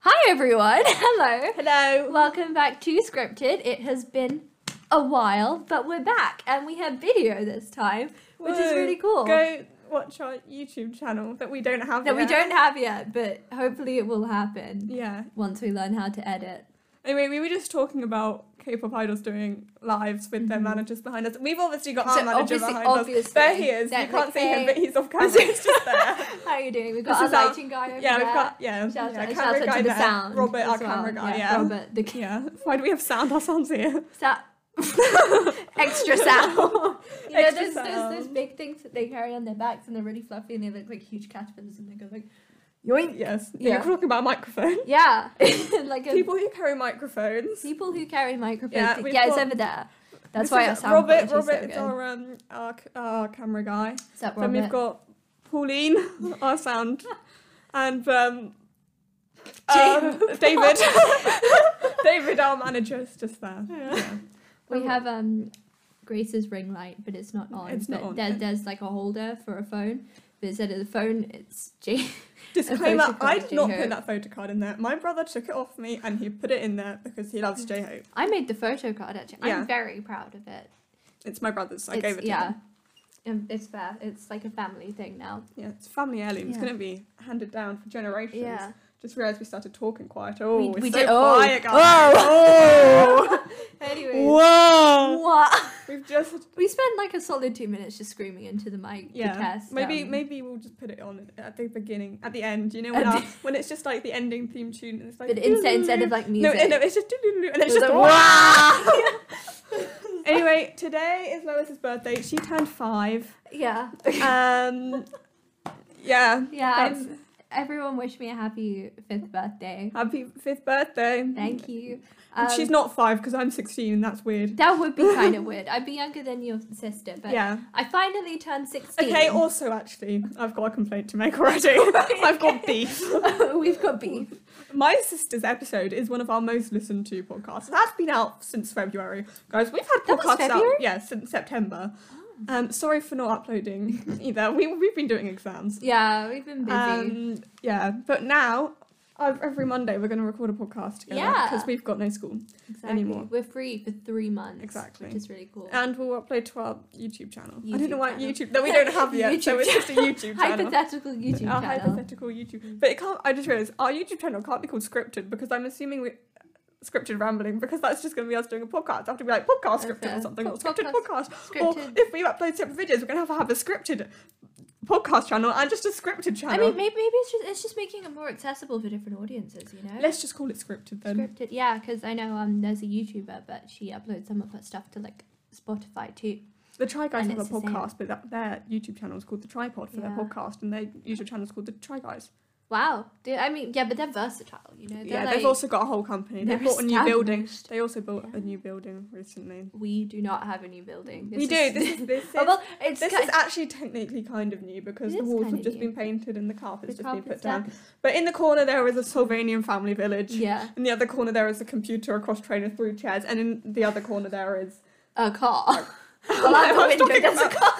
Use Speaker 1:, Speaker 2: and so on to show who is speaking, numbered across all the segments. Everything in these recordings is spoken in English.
Speaker 1: Hi everyone. Hello.
Speaker 2: Hello.
Speaker 1: Welcome back to Scripted. It has been a while, but we're back and we have video this time, which is
Speaker 2: Woo.
Speaker 1: really cool.
Speaker 2: Go watch our YouTube channel that we don't have.
Speaker 1: that we
Speaker 2: yet.
Speaker 1: don't have yet, but hopefully it will happen
Speaker 2: Yeah.
Speaker 1: once we learn how to edit.
Speaker 2: Anyway, we were just talking about K-pop idols doing lives with their
Speaker 1: Mhm.
Speaker 2: managers behind us. We've obviously got
Speaker 1: So
Speaker 2: our manager
Speaker 1: obviously-
Speaker 2: behind
Speaker 1: obviously,
Speaker 2: us. There he is.
Speaker 1: that
Speaker 2: you can't
Speaker 1: like,
Speaker 2: see him,
Speaker 1: hey.
Speaker 2: but he's off camera. He's just there.
Speaker 1: How are you doing? We've got
Speaker 2: This
Speaker 1: our
Speaker 2: is our-
Speaker 1: lighting guy over
Speaker 2: Yeah,
Speaker 1: there.
Speaker 2: we've got yeah,
Speaker 1: Shout
Speaker 2: yeah
Speaker 1: out,
Speaker 2: camera
Speaker 1: shout out
Speaker 2: guy
Speaker 1: to the
Speaker 2: there.
Speaker 1: sound.
Speaker 2: Robert,
Speaker 1: as
Speaker 2: our
Speaker 1: well.
Speaker 2: camera guy. Yeah.
Speaker 1: Robert, the ca-
Speaker 2: Yeah. Why do we have sound? Our sound's here.
Speaker 1: sa- extra sound. You know,
Speaker 2: Extra
Speaker 1: those, those, those
Speaker 2: sound.
Speaker 1: big things that they carry on their backs and they're really fluffy and they look like huge caterpillars and they go like, yoink.
Speaker 2: Yes.
Speaker 1: Yeah.
Speaker 2: You're talking about a microphone.
Speaker 1: Yeah. like a, people,
Speaker 2: People who carry microphones.
Speaker 1: who carry microphones. Yeah,
Speaker 2: Yeah, we've
Speaker 1: it's
Speaker 2: got-
Speaker 1: over there. That's
Speaker 2: This
Speaker 1: why
Speaker 2: is
Speaker 1: our sound quality
Speaker 2: Robert,
Speaker 1: is so
Speaker 2: Robert is
Speaker 1: good.
Speaker 2: our, um, our, c- our camera guy.
Speaker 1: What's up,
Speaker 2: Then we've
Speaker 1: Robert?
Speaker 2: got Pauline, our sound, and um,
Speaker 1: James.
Speaker 2: um, David. David, our manager, is just there. Yeah.
Speaker 1: We have um Grace's ring light, but it's not on.
Speaker 2: It's not
Speaker 1: but
Speaker 2: on.
Speaker 1: There, there's like a holder for a phone. But instead of the phone, it's J.
Speaker 2: Disclaimer:
Speaker 1: photocard
Speaker 2: I
Speaker 1: of
Speaker 2: did not
Speaker 1: J-Hope.
Speaker 2: put that photo card in there. My brother took it off me, and he put it in there because he loves J-Hope.
Speaker 1: I made the photo card actually.
Speaker 2: Yeah.
Speaker 1: I'm very proud of it.
Speaker 2: It's my brother's. So I
Speaker 1: it's,
Speaker 2: gave it to
Speaker 1: yeah.
Speaker 2: him.
Speaker 1: Um, It's fair. It's like a family thing now.
Speaker 2: Yeah, it's family heirloom. It's
Speaker 1: Yeah.
Speaker 2: going to be handed down for generations.
Speaker 1: Yeah.
Speaker 2: Just realised we started talking quieter. Oh, we, are so
Speaker 1: did- oh.
Speaker 2: quiet, guys.
Speaker 1: Oh.
Speaker 2: Oh.
Speaker 1: Anyway.
Speaker 2: Whoa!
Speaker 1: What?
Speaker 2: We've just
Speaker 1: We spent like a solid two minutes just screaming into the mic to test.
Speaker 2: Maybe
Speaker 1: um,
Speaker 2: maybe we'll just put it on at the beginning, at the end. You know, when,
Speaker 1: At
Speaker 2: our, when it's just like the ending theme tune, and it's like
Speaker 1: But instead, instead of like
Speaker 2: no,
Speaker 1: music.
Speaker 2: no, it's just doo-doo-doo, and it's
Speaker 1: It was
Speaker 2: just
Speaker 1: like,
Speaker 2: wow. anyway, today is Lois's birthday. She turned five.
Speaker 1: Yeah.
Speaker 2: Um, yeah,
Speaker 1: Yeah.
Speaker 2: that's-
Speaker 1: I'm, everyone wish me a happy fifth birthday.
Speaker 2: happy fifth birthday.
Speaker 1: Thank you. Um,
Speaker 2: And She's not five because I'm sixteen. That's weird.
Speaker 1: That would be kind of weird. I'd be younger than your sister, but
Speaker 2: yeah.
Speaker 1: I finally turned 16.
Speaker 2: Okay. Also, actually, I've got a complaint to make already. I've got beef.
Speaker 1: We've got beef.
Speaker 2: My sister's episode is one of our most listened to podcasts. That's been out since February, guys. We've had
Speaker 1: That was
Speaker 2: podcasts out,
Speaker 1: February? Oh.
Speaker 2: yeah, since September. Um, sorry for not uploading either. We we've been doing exams.
Speaker 1: Yeah, we've been busy.
Speaker 2: Um, yeah, but now ev- every Monday we're going to record a podcast together
Speaker 1: Yeah.
Speaker 2: because we've got no school,
Speaker 1: exactly.
Speaker 2: anymore.
Speaker 1: We're free for three months.
Speaker 2: Exactly.
Speaker 1: Which is really cool.
Speaker 2: and we'll upload to our YouTube channel. I don't know
Speaker 1: YouTube
Speaker 2: why
Speaker 1: channel.
Speaker 2: YouTube that we don't have yet, so
Speaker 1: YouTube
Speaker 2: it's just a YouTube channel.
Speaker 1: Hypothetical YouTube
Speaker 2: our
Speaker 1: channel.
Speaker 2: hypothetical YouTube. But it can't. I just realized our YouTube channel can't be called scripted because I'm assuming we scripted rambling because that's just going to be us doing a podcast. I have to be like podcast
Speaker 1: Okay.
Speaker 2: scripted or something or
Speaker 1: Po-
Speaker 2: scripted podcast.
Speaker 1: podcast-
Speaker 2: Or
Speaker 1: Scripted.
Speaker 2: if we upload separate videos, we're going to have to have a scripted podcast channel and just a scripted
Speaker 1: I
Speaker 2: channel.
Speaker 1: mean, maybe, maybe it's just it's just making it more accessible for different audiences, you know.
Speaker 2: let's just call it scripted then.
Speaker 1: Scripted, yeah, because I know um there's a YouTuber, but she uploads some of her stuff to like Spotify too.
Speaker 2: The Try Guys
Speaker 1: And
Speaker 2: have a
Speaker 1: it's the same.
Speaker 2: podcast, but that, their YouTube channel is called the Tripod for
Speaker 1: Yeah.
Speaker 2: their podcast, and their YouTube channel is called the Try Guys.
Speaker 1: Wow, Dude, I mean, yeah, but they're versatile, you know. They're
Speaker 2: yeah,
Speaker 1: like,
Speaker 2: they've also got a whole company. They
Speaker 1: they're
Speaker 2: bought a new building.
Speaker 1: established.
Speaker 2: They also built
Speaker 1: Yeah.
Speaker 2: a new building recently.
Speaker 1: we do not have a new building.
Speaker 2: we do. This is this is
Speaker 1: oh, well, it's
Speaker 2: This
Speaker 1: ki-
Speaker 2: is actually technically kind of new because
Speaker 1: It
Speaker 2: the
Speaker 1: is
Speaker 2: walls
Speaker 1: kinda
Speaker 2: have just
Speaker 1: new.
Speaker 2: been painted and the carpet's
Speaker 1: the
Speaker 2: just been put
Speaker 1: carpet's
Speaker 2: down.
Speaker 1: down.
Speaker 2: But in the corner there is a Sylvanian family village.
Speaker 1: yeah,
Speaker 2: In the other corner there is a computer, a cross trainer, three chairs, and in the other corner there is.
Speaker 1: a car.
Speaker 2: No,
Speaker 1: well, out the
Speaker 2: I was
Speaker 1: window,
Speaker 2: talking
Speaker 1: there's a
Speaker 2: about-
Speaker 1: car.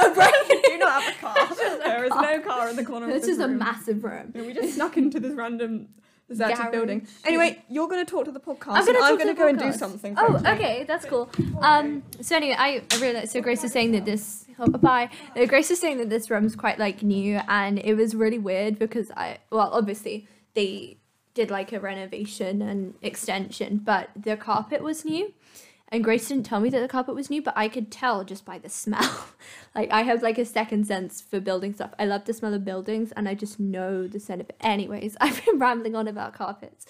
Speaker 1: A
Speaker 2: We do
Speaker 1: break.
Speaker 2: not have a car. There is no car in the corner. of
Speaker 1: This is a
Speaker 2: room.
Speaker 1: massive room.
Speaker 2: No, we just snuck into this random deserted
Speaker 1: Garage.
Speaker 2: building. Anyway, you're going to talk to the podcast.
Speaker 1: I'm gonna
Speaker 2: and
Speaker 1: talk to the
Speaker 2: gonna go and do
Speaker 1: podcast.
Speaker 2: something.
Speaker 1: Oh,
Speaker 2: quickly.
Speaker 1: okay, that's cool. Um, so anyway, I, I realized so Grace is saying that this oh, bye. Uh, Grace is saying that this room's quite like new, and it was really weird because I well obviously they did like a renovation and extension, but the carpet was new. And Grace didn't tell me that the carpet was new, but I could tell just by the smell. like I have like a second sense for building stuff. I love the smell of buildings, and I just know the scent of it. Anyways, I've been rambling on about carpets.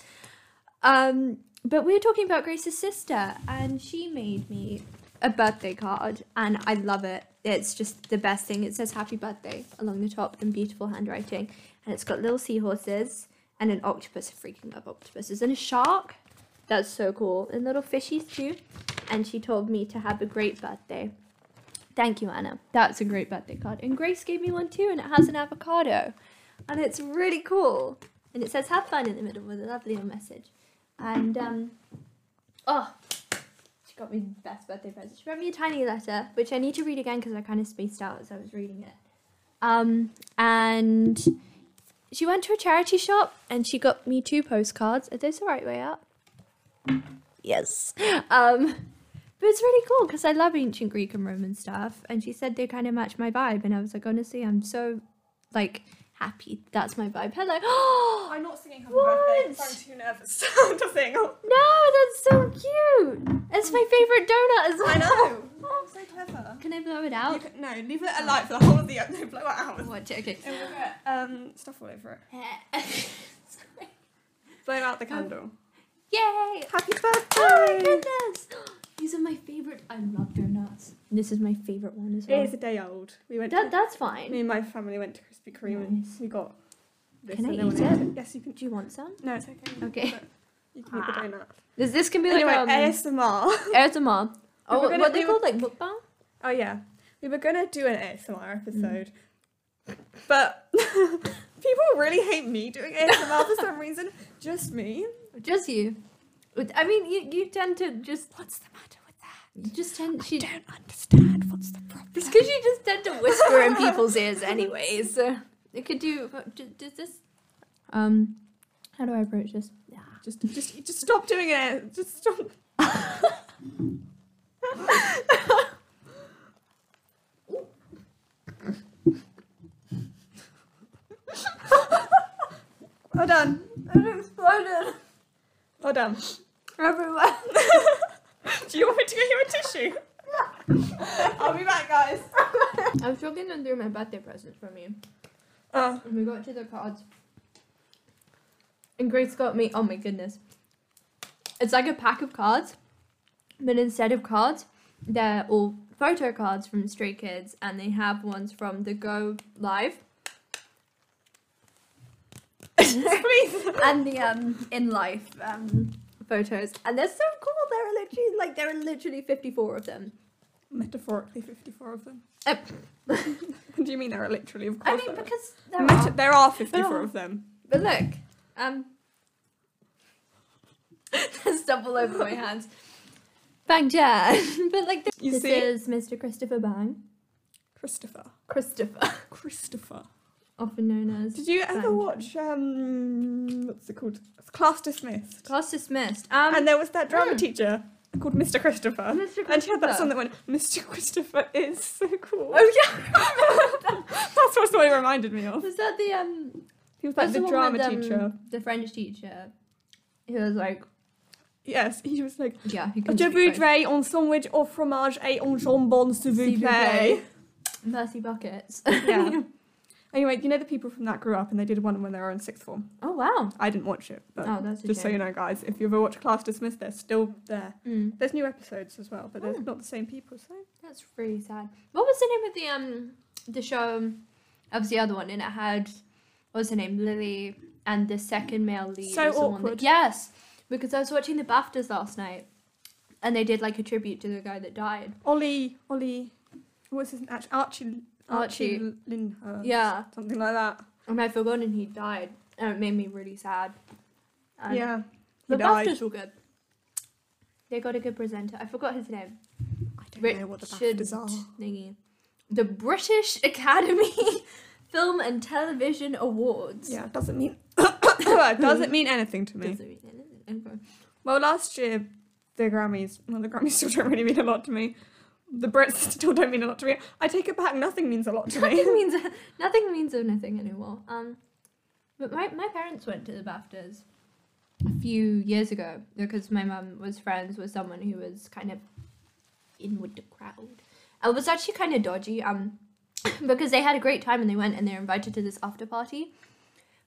Speaker 1: Um, but we were talking about Grace's sister, and she made me a birthday card, and I love it. It's just the best thing. It says "Happy Birthday" along the top in beautiful handwriting, and it's got little seahorses and an octopus. I freaking love octopuses and a shark. That's so cool, and little fishies too. And she told me to have a great birthday. Thank you, Anna. That's a great birthday card. And Grace gave me one too, and it has an avocado, and it's really cool. And it says "Have fun" in the middle with a lovely little message. And um, oh, she got me the best birthday present. She wrote me a tiny letter, which I need to read again because I kind of spaced out as I was reading it. Um, and she went to a charity shop and she got me two postcards. Are those the right way up? Yes. Um, but it's really cool because I love ancient Greek and Roman stuff. And she said they kind of match my vibe. And I was like, honestly, I'm so like happy. That's my vibe. Hello.
Speaker 2: I'm not singing happy
Speaker 1: What?
Speaker 2: birthday 'cause I'm oh. too nervous to sing.
Speaker 1: No, that's so cute. It's my favorite donut as well.
Speaker 2: I know. Oh, so clever.
Speaker 1: Can I blow it
Speaker 2: You
Speaker 1: out?
Speaker 2: can, no, leave it alight for the whole of the no, blow it out.
Speaker 1: Watch it. Okay.
Speaker 2: And we'll get um, stuff all over it.
Speaker 1: Sorry.
Speaker 2: Blow out the candle.
Speaker 1: Yay!
Speaker 2: Happy
Speaker 1: Oh my
Speaker 2: birthday!
Speaker 1: goodness! These are my favorite. I love donuts. This is my favorite one as
Speaker 2: It is
Speaker 1: well.
Speaker 2: a day old. We went.
Speaker 1: That, that's
Speaker 2: me
Speaker 1: fine.
Speaker 2: and my family went to Krispy Kreme and
Speaker 1: Nice.
Speaker 2: we got. This
Speaker 1: Can I
Speaker 2: and no one
Speaker 1: eat
Speaker 2: ate
Speaker 1: it?
Speaker 2: Yes, you can.
Speaker 1: Do you want some?
Speaker 2: No, it's okay.
Speaker 1: Okay.
Speaker 2: But You can eat the
Speaker 1: Ah.
Speaker 2: donut.
Speaker 1: This this can be like
Speaker 2: Anyway,
Speaker 1: um,
Speaker 2: ASMR.
Speaker 1: ASMR. Oh,
Speaker 2: we're
Speaker 1: what,
Speaker 2: gonna
Speaker 1: what they
Speaker 2: do-
Speaker 1: call like mukbang?
Speaker 2: Oh yeah, we were gonna do an ASMR episode,
Speaker 1: Mm.
Speaker 2: but people really hate me doing ASMR for some reason. Just me.
Speaker 1: Just you. With- I mean, you you tend to just
Speaker 2: What's the matter with that?
Speaker 1: you just tend she
Speaker 2: don't understand. What's the problem?
Speaker 1: because you just tend to whisper in people's ears anyways. So it could do. d- Does this? Um, how do I approach this? Yeah.
Speaker 2: Just, just, just stop doing it. Just stop. well done.
Speaker 1: It exploded
Speaker 2: Well done.
Speaker 1: everywhere.
Speaker 2: Do you want me to get you a tissue? I'll be back, guys.
Speaker 1: I was talking them through my birthday presents from you.
Speaker 2: Oh,
Speaker 1: And we got to the cards. And Grace got me, oh my goodness. It's like a pack of cards, but instead of cards, they're all photo cards from Stray Kids, and they have ones from the Go Live
Speaker 2: please.
Speaker 1: and the um in life um photos. And they're so cool. They're literally like there are literally fifty four of them.
Speaker 2: Metaphorically, 54 of them.
Speaker 1: Uh,
Speaker 2: What do you mean there are literally? Of
Speaker 1: I
Speaker 2: course.
Speaker 1: mean
Speaker 2: there are.
Speaker 1: because there
Speaker 2: Meta-
Speaker 1: are.
Speaker 2: there are 54
Speaker 1: There are.
Speaker 2: of them.
Speaker 1: But look, um, there's stuff all over my hands. Bang Jan. but like this,
Speaker 2: You
Speaker 1: this
Speaker 2: see?
Speaker 1: is Mr. Christopher Bang.
Speaker 2: Christopher.
Speaker 1: Christopher,
Speaker 2: Christopher.
Speaker 1: often known as
Speaker 2: Did you ever
Speaker 1: Bang.
Speaker 2: watch um what's it called? It's Class Dismissed.
Speaker 1: class dismissed. Um,
Speaker 2: and there was that drama
Speaker 1: mm.
Speaker 2: teacher called Mr. Hmm, Christopher.
Speaker 1: Mr.
Speaker 2: And she had that song
Speaker 1: Christopher.
Speaker 2: that went, Mr. Christopher is so cool.
Speaker 1: Oh yeah,
Speaker 2: That's what it reminded me of.
Speaker 1: was that the um?
Speaker 2: He was like
Speaker 1: That's
Speaker 2: the,
Speaker 1: the, one
Speaker 2: drama
Speaker 1: with, um,
Speaker 2: teacher.
Speaker 1: the French teacher. He was like,
Speaker 2: Yes, he was like,
Speaker 1: yeah, he can
Speaker 2: Je
Speaker 1: speak French.
Speaker 2: voudrais un sandwich au fromage et un jambon, s'il vous
Speaker 1: S'il vous
Speaker 2: plaît.
Speaker 1: plaît. Mercy buckets.
Speaker 2: Yeah. Anyway, you know the people from that grew up and they did one when they were in sixth form.
Speaker 1: oh wow.
Speaker 2: I didn't watch it, but
Speaker 1: Oh, that's a
Speaker 2: just so you know, guys, if you ever watch Class Dismissed, they're still there.
Speaker 1: Mm,
Speaker 2: There's new episodes as well, but they're
Speaker 1: Oh.
Speaker 2: not the same people, so.
Speaker 1: that's really sad. What was the name of the um the show? Of the other one, and it had what was her name Lily and the second male lead.
Speaker 2: So
Speaker 1: was the one that-
Speaker 2: awkward.
Speaker 1: yes, because I was watching the Baftas last night, and they did like a tribute to the guy that died.
Speaker 2: Ollie, Ollie, what's his name? Archie, Archie, Archie
Speaker 1: Archie.
Speaker 2: Lindhurst.
Speaker 1: Yeah,
Speaker 2: Something like that.
Speaker 1: and I'd forgotten he died, and it made me really sad. And
Speaker 2: yeah. He
Speaker 1: the
Speaker 2: died.
Speaker 1: Baftas were good. They got a good presenter. I forgot his name.
Speaker 2: I don't
Speaker 1: Richard
Speaker 2: know what the BAFTAs are.
Speaker 1: thingy. The British Academy Film and Television Awards.
Speaker 2: Yeah, it doesn't mean it doesn't mean anything to me.
Speaker 1: Doesn't mean anything. Okay.
Speaker 2: Well, last year the Grammys, well, the Grammys still don't really mean a lot to me. The Brits still don't mean a lot to me. I take it back. Nothing means a lot to me.
Speaker 1: nothing means nothing means anything anymore. Um, but my my parents went to the Baftas a few years ago because my mum was friends with someone who was kind of in with the crowd. It was actually kind of dodgy. Um, because they had a great time and they went and they were invited to this after party.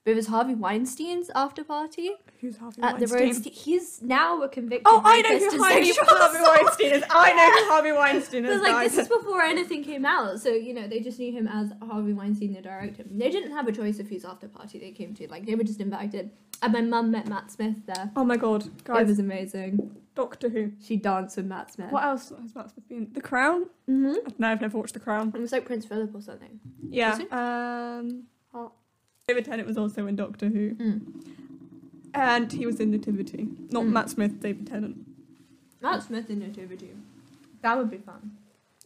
Speaker 1: But it was Harvey Weinstein's after party
Speaker 2: Who's Harvey
Speaker 1: at the
Speaker 2: Weinstein?
Speaker 1: Rhodes. He's now a convicted.
Speaker 2: Oh, I know
Speaker 1: rapist
Speaker 2: who
Speaker 1: and
Speaker 2: Harvey,
Speaker 1: sexual
Speaker 2: Harvey Weinstein is. I know who Harvey Weinstein
Speaker 1: But
Speaker 2: is.
Speaker 1: like this
Speaker 2: guys.
Speaker 1: is before anything came out, so you know they just knew him as Harvey Weinstein, the director. They didn't have a choice of whose after party they came to. Like they were just invited, and my mum met Matt Smith there.
Speaker 2: Oh my god, guys!
Speaker 1: It was amazing.
Speaker 2: Doctor Who.
Speaker 1: She danced with Matt Smith.
Speaker 2: What else has Matt Smith been? The Crown.
Speaker 1: Mm-hmm.
Speaker 2: No, I've never watched The Crown.
Speaker 1: It was like Prince Philip or something.
Speaker 2: Yeah.
Speaker 1: Is it?
Speaker 2: Um,
Speaker 1: Oh.
Speaker 2: David Tennant was also in Doctor Who,
Speaker 1: Mm.
Speaker 2: and he was in Nativity. Not
Speaker 1: Mm.
Speaker 2: Matt Smith, David Tennant.
Speaker 1: Matt Smith in Nativity. That would be fun.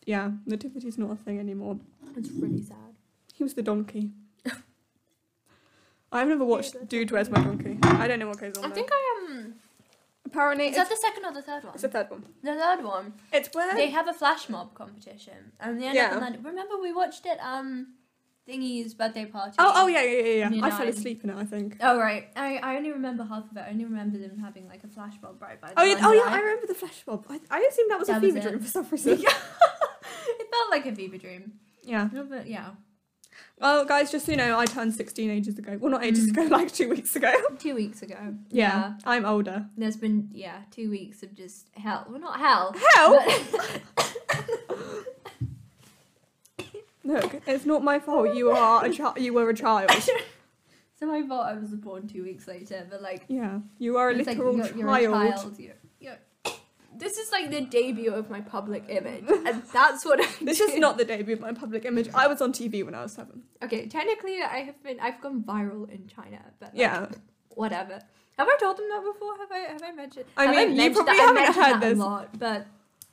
Speaker 2: Yeah, Nativity's not a thing anymore.
Speaker 1: It's really sad.
Speaker 2: He was the donkey. I've never watched Dude, Where's My Monkey? I don't know what goes on.
Speaker 1: I
Speaker 2: there.
Speaker 1: think I um.
Speaker 2: apparently
Speaker 1: Is
Speaker 2: it's,
Speaker 1: that the second or the third one?
Speaker 2: it's the third one.
Speaker 1: The third one.
Speaker 2: It's where
Speaker 1: They have a flash mob competition, and they end up in
Speaker 2: Um, Yeah.
Speaker 1: London. Remember we watched it um, Thingy's birthday party.
Speaker 2: oh oh yeah yeah yeah yeah.
Speaker 1: You
Speaker 2: I
Speaker 1: know,
Speaker 2: fell
Speaker 1: I-
Speaker 2: asleep in it. I think.
Speaker 1: Oh right, I, I only remember half of it. I only remember them having like a flash bulb right by. The
Speaker 2: Oh yeah, oh
Speaker 1: window.
Speaker 2: yeah, I remember the flash mob. I, I assumed that was
Speaker 1: That
Speaker 2: a
Speaker 1: was
Speaker 2: fever
Speaker 1: it.
Speaker 2: dream for some reason.
Speaker 1: it felt like a fever dream.
Speaker 2: yeah.
Speaker 1: A little bit, yeah.
Speaker 2: Well, guys, just so you know, I turned 16 ages ago. Well, not
Speaker 1: Mm.
Speaker 2: ages ago, like two weeks ago.
Speaker 1: Two weeks ago.
Speaker 2: Yeah, I'm older.
Speaker 1: There's been yeah two weeks of just hell. Well, not hell.
Speaker 2: Hell,
Speaker 1: but-
Speaker 2: look, it's not my fault. You are a child. You were a child.
Speaker 1: so my fault. I was born two weeks later, but like
Speaker 2: Yeah, you are a
Speaker 1: it's like,
Speaker 2: literal
Speaker 1: you're, you're a
Speaker 2: child.
Speaker 1: child. You're, you're... This is like the debut of my public image, and that's what I.
Speaker 2: This
Speaker 1: do.
Speaker 2: is not the debut of my public image. I was on TV when I was seven.
Speaker 1: okay. Technically, I have been. I've gone viral in China, but like,
Speaker 2: Yeah,
Speaker 1: whatever. Have I told them that before? Have I have I mentioned?
Speaker 2: I
Speaker 1: have
Speaker 2: mean, you
Speaker 1: mentioned
Speaker 2: probably
Speaker 1: that? I
Speaker 2: haven't
Speaker 1: mention
Speaker 2: heard
Speaker 1: that
Speaker 2: this.
Speaker 1: a lot, but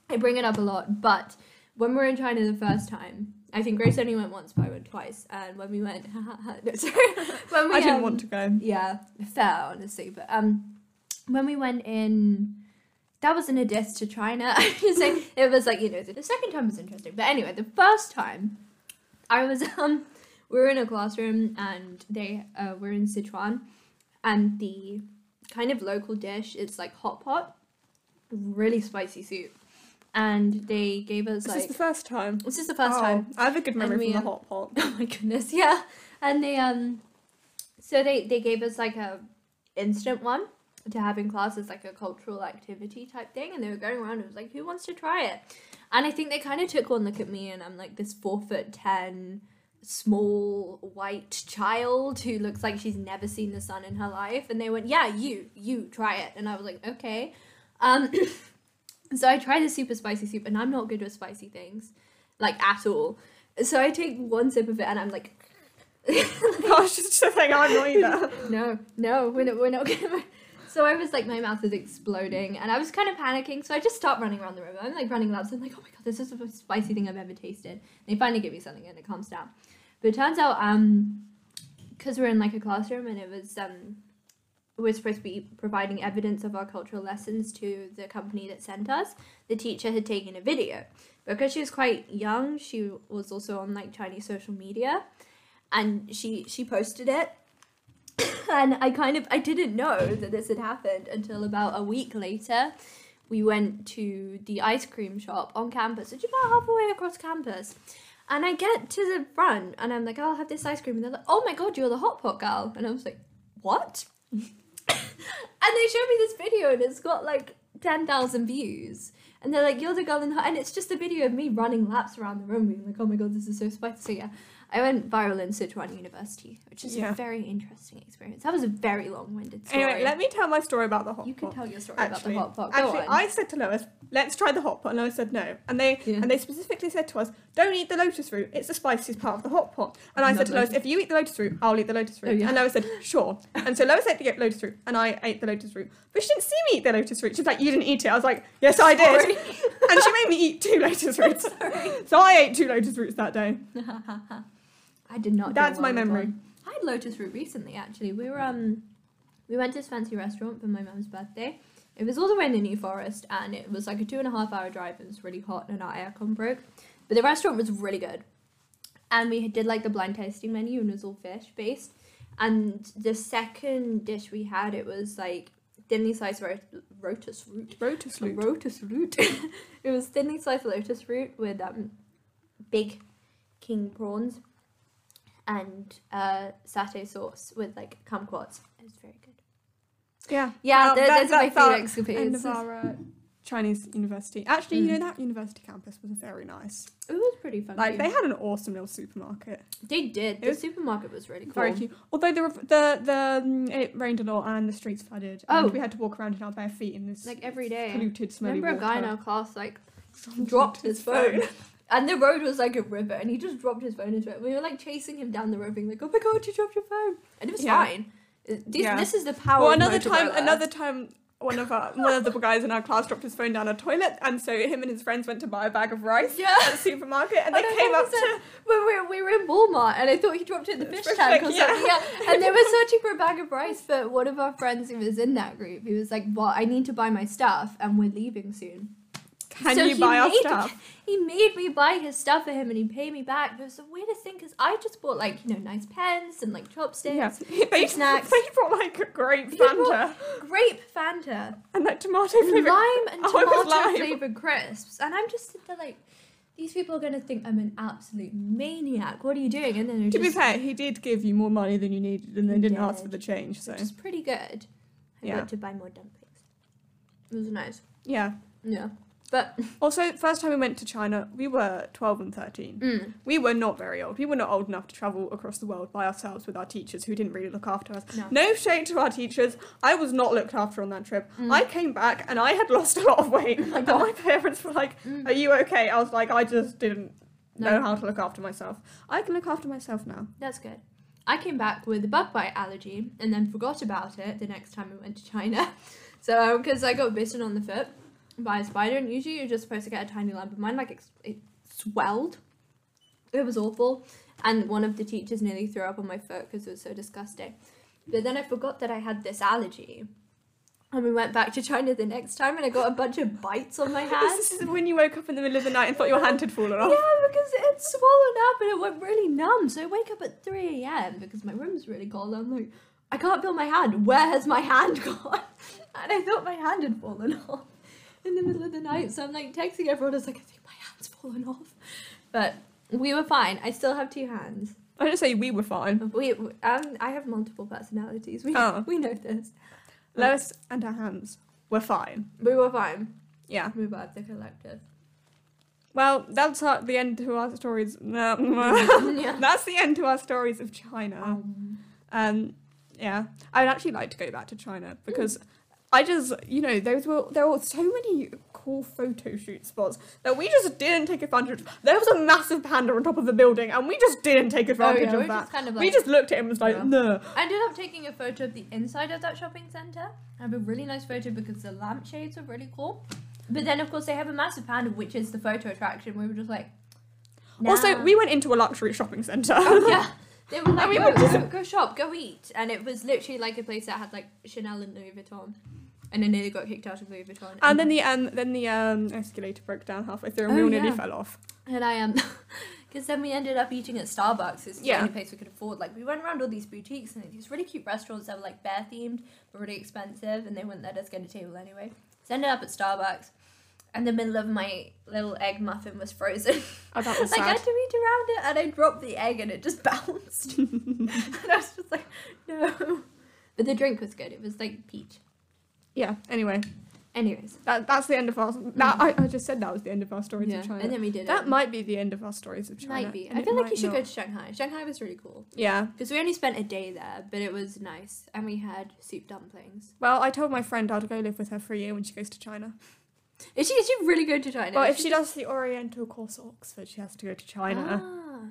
Speaker 1: I bring it up a lot. But when we were in China the first time, I think Grace only went once, but I went twice. And when we went, no, sorry, when we
Speaker 2: I didn't
Speaker 1: um,
Speaker 2: want to go.
Speaker 1: Yeah, fair, honestly. But um, when we went in, that wasn't a diss to China. I'm just saying it was like you know the, the second time was interesting. But anyway, the first time, I was um, we were in a classroom and they uh, were in Sichuan, and the kind of local dish it's like hot pot, really spicy soup, and they gave us
Speaker 2: This
Speaker 1: like
Speaker 2: is the first time.
Speaker 1: this is the first
Speaker 2: Oh,
Speaker 1: time
Speaker 2: I have a good memory
Speaker 1: And we,
Speaker 2: from the
Speaker 1: um,
Speaker 2: hot pot.
Speaker 1: Oh my goodness, yeah. And they um so they they gave us like a instant one to have in class as like a cultural activity type thing and they were going around and it was like who wants to try it? And I think they kind of took one look at me and I'm like this 4 foot 10 small white child who looks like she's never seen the sun in her life and they went, "Yeah, you you try it." And I was like, "Okay." Um so I tried the super spicy soup and I'm not good with spicy things like at all. So I take one sip of it and I'm like,
Speaker 2: I was just saying I'm not either.
Speaker 1: no, no, we're not, we're not gonna. So I was like, my mouth is exploding and I was kind of panicking. So I just start running around the room. I'm like running laps. I'm like, oh my god, this is the most spicy thing I've ever tasted. And they finally give me something and it calms down. But it turns out, um, because we're in like a classroom and it was, um, we're supposed to be providing evidence of our cultural lessons to the company that sent us. The teacher had taken a video. Because she was quite young, she was also on like Chinese social media and she she posted it and i kind of i didn't know that this had happened until about a week later we went to the ice cream shop on campus which is about halfway across campus and i get to the front and i'm like "Oh, i'll have this ice cream and they're like oh my god you're the hot pot girl and i was like what and they showed me this video and it's got like 10,000 views and they're like you're the girl in the hot and it's just a video of me running laps around the room being like oh my god this is so spicy so yeah i went viral in sichuan university which is
Speaker 2: Yeah.
Speaker 1: a very interesting experience that was a very long-winded story
Speaker 2: Anyway, let me tell my story about the hot
Speaker 1: you
Speaker 2: pot.
Speaker 1: can tell your story
Speaker 2: Actually,
Speaker 1: about the hot pot Go
Speaker 2: Actually,
Speaker 1: on.
Speaker 2: I said to Lois, "Let's try the hot pot," and Lois said no. And they
Speaker 1: Yeah.
Speaker 2: and they specifically said to us, "Don't eat the lotus root; it's the spiciest part of the hot pot." And I said
Speaker 1: Not
Speaker 2: to Lois, "If you eat the lotus root, I'll eat the lotus root."
Speaker 1: Oh, yeah.
Speaker 2: And Lois said, "Sure." and so Lois ate the lotus root, and I ate the lotus root. But she didn't see me eat the lotus root. She's like, "You didn't eat it." I was like, "Yes, I did." and she made me eat two lotus roots. So I ate two lotus roots that day.
Speaker 1: I did not. do
Speaker 2: That's
Speaker 1: well
Speaker 2: my
Speaker 1: with
Speaker 2: memory.
Speaker 1: one. I had lotus root recently. Actually, we were um, we went to this fancy restaurant for my mum's birthday. It was all the way in the New Forest, and it was like a two and a half hour drive. and It was really hot, and our aircon broke, but the restaurant was really good. And we did like the blind tasting menu, and it was all fish based. And the second dish we had, it was like thinly sliced ro- lotus root.
Speaker 2: Lotus root.
Speaker 1: Lotus root. it was thinly sliced lotus root with um, big king prawns and uh, satay sauce with like kumquats. It was very good.
Speaker 2: Yeah.
Speaker 1: Yeah,
Speaker 2: Well,
Speaker 1: there,
Speaker 2: that-
Speaker 1: there's my
Speaker 2: that's our
Speaker 1: food
Speaker 2: End
Speaker 1: escapades.
Speaker 2: of our uh, Chinese university. Actually, you
Speaker 1: Mm.
Speaker 2: know that university campus was very nice.
Speaker 1: It was pretty fun.
Speaker 2: Like they had an awesome little supermarket.
Speaker 1: they did. The
Speaker 2: it was
Speaker 1: supermarket was really cool.
Speaker 2: Very cute. Although the the the um, it rained a lot and the streets flooded.
Speaker 1: Oh.
Speaker 2: And we had to walk around in our bare feet in this
Speaker 1: Like every day.
Speaker 2: polluted, smelly
Speaker 1: Remember a guy in
Speaker 2: water.
Speaker 1: our class like dropped his phone. And the road was like a river, and he just dropped his phone into it. We were like chasing him down the road, being like, "Oh my god, you dropped your phone!" And it was
Speaker 2: Yeah.
Speaker 1: fine. It- This,
Speaker 2: Yeah.
Speaker 1: this is the power.
Speaker 2: Well,
Speaker 1: of
Speaker 2: another time,
Speaker 1: Motorola.
Speaker 2: another time one of our one of the guys in our class dropped his phone down a toilet, and so him and his friends went to buy a bag of rice
Speaker 1: Yeah.
Speaker 2: at the supermarket, and
Speaker 1: Oh,
Speaker 2: they
Speaker 1: no,
Speaker 2: came
Speaker 1: that
Speaker 2: up
Speaker 1: was it.
Speaker 2: to
Speaker 1: When we were, we were in Walmart and I thought he dropped it in the fish
Speaker 2: Fish
Speaker 1: tank
Speaker 2: tank,
Speaker 1: or
Speaker 2: yeah.
Speaker 1: something. Yeah. And they were searching for a bag of rice, but one of our friends who was in that group, he was like, Well, I need to buy my stuff and we're leaving soon.
Speaker 2: "Can
Speaker 1: So
Speaker 2: you
Speaker 1: he
Speaker 2: buy our
Speaker 1: made-
Speaker 2: stuff?"
Speaker 1: He made me buy his stuff for him and he paid me back. But it was the weirdest thing because I just bought like, you know, nice pens and like chopsticks,
Speaker 2: Yeah, they,
Speaker 1: snacks.
Speaker 2: they brought like a grape
Speaker 1: They
Speaker 2: Fanta
Speaker 1: brought- grape Fanta,
Speaker 2: and like tomato flavour.
Speaker 1: lime and
Speaker 2: Oh, it was
Speaker 1: tomato
Speaker 2: lime.
Speaker 1: flavored crisps. And I'm just sitting there like, these people are going to think I'm an absolute maniac. What are you doing? And then they're
Speaker 2: To be
Speaker 1: just
Speaker 2: fair, he did give you more money than you needed, and they
Speaker 1: He
Speaker 2: didn't ask for
Speaker 1: did.
Speaker 2: the change. So
Speaker 1: which is pretty good. I
Speaker 2: Yeah.
Speaker 1: went to buy more dumplings. It was nice.
Speaker 2: yeah.
Speaker 1: Yeah. But
Speaker 2: Also, first time we went to China, we were twelve and thirteen.
Speaker 1: mm,
Speaker 2: We were not very old. We were not old enough to travel across the world by ourselves with our teachers who didn't really look after us.
Speaker 1: no.
Speaker 2: No shade to our teachers. I was not looked after on that trip.
Speaker 1: Mm. Oh
Speaker 2: I came back and I had lost a lot of weight.
Speaker 1: my
Speaker 2: and
Speaker 1: God.
Speaker 2: my parents were like,
Speaker 1: Mm.
Speaker 2: Are you okay? I was like, I just didn't
Speaker 1: No.
Speaker 2: know how to look after myself. I can look after myself now.
Speaker 1: That's good. I came back with a bug bite allergy and then forgot about it the next time I went to China. So, because I got bitten on the foot by a spider, and usually you're just supposed to get a tiny lump. But Mine, like, ex- it swelled. It was awful. And one of the teachers nearly threw up on my foot because it was so disgusting. But then I forgot that I had this allergy. And we went back to China the next time, and I got a bunch of bites on my hand.
Speaker 2: This is when you woke up in the middle of the night and thought your hand had fallen off.
Speaker 1: Yeah, because it had swollen up and it went really numb. So I wake up at 3 a.m. because my room's really cold. I'm like, I can't feel my hand. Where has my hand gone? And I thought my hand had fallen off in the middle of the night. So I'm like texting everyone. I was like, I think my hand's fallen off. But we were fine. I still have two hands.
Speaker 2: I didn't say we were fine.
Speaker 1: We, um, I have multiple personalities. We,
Speaker 2: Oh.
Speaker 1: we know this.
Speaker 2: Lois and her hands were fine.
Speaker 1: We were fine.
Speaker 2: Yeah.
Speaker 1: We were the collective.
Speaker 2: Well, that's our, the end to our stories.
Speaker 1: Yeah.
Speaker 2: That's the end to our stories of China.
Speaker 1: Um,
Speaker 2: Um, yeah, I would actually like to go back to China because I just, you know, those were there were so many cool photo shoot spots that we just didn't take advantage of. There was a massive panda on top of the building, and we just didn't take
Speaker 1: oh,
Speaker 2: advantage
Speaker 1: yeah, we
Speaker 2: of
Speaker 1: were
Speaker 2: that.
Speaker 1: just kind of like,
Speaker 2: we just looked at him and was like,
Speaker 1: Yeah.
Speaker 2: no.
Speaker 1: I ended up taking a photo of the inside of that shopping centre. I have a really nice photo because the lampshades are really cool. But then, of course, they have a massive panda, which is the photo attraction. We were just like,
Speaker 2: Also,
Speaker 1: nah.
Speaker 2: we went into a luxury shopping centre.
Speaker 1: Oh, yeah. They were like,
Speaker 2: we
Speaker 1: go,
Speaker 2: were just-
Speaker 1: go, go shop, go eat. And it was literally like a place that had like Chanel and Louis Vuitton. And I nearly got kicked out of Louis Vuitton.
Speaker 2: And then the um, then the um, escalator broke down halfway through, and we
Speaker 1: Oh,
Speaker 2: all nearly
Speaker 1: yeah.
Speaker 2: fell off.
Speaker 1: And I um, because then we ended up eating at Starbucks. It's the
Speaker 2: Yeah.
Speaker 1: only place we could afford. Like we went around all these boutiques and these really cute restaurants that were like bear themed, but really expensive, and they wouldn't let us get a table anyway. So ended up at Starbucks, and the middle of my little egg muffin was frozen.
Speaker 2: Oh, that was
Speaker 1: like I
Speaker 2: sad.
Speaker 1: had to eat around it, and I dropped the egg, and it just bounced. and I was just like, no. But the drink was good. It was like peach.
Speaker 2: yeah. Anyway,
Speaker 1: Anyways,
Speaker 2: that, that's the end of our. That, I, I just said that was the end of our stories
Speaker 1: yeah.
Speaker 2: of China.
Speaker 1: And then we did
Speaker 2: That
Speaker 1: it.
Speaker 2: might be the end of our stories of China.
Speaker 1: might be.
Speaker 2: and
Speaker 1: I
Speaker 2: it
Speaker 1: feel like
Speaker 2: might
Speaker 1: you should
Speaker 2: not.
Speaker 1: go to Shanghai. Shanghai was really cool.
Speaker 2: Yeah.
Speaker 1: Because we only spent a day there, but it was nice. And we had soup dumplings.
Speaker 2: Well, I told my friend I'd go live with her for a year when she goes to China.
Speaker 1: Is she, is she really good to China?
Speaker 2: well, if she does the Oriental course at Oxford, she has to go to China.
Speaker 1: Ah.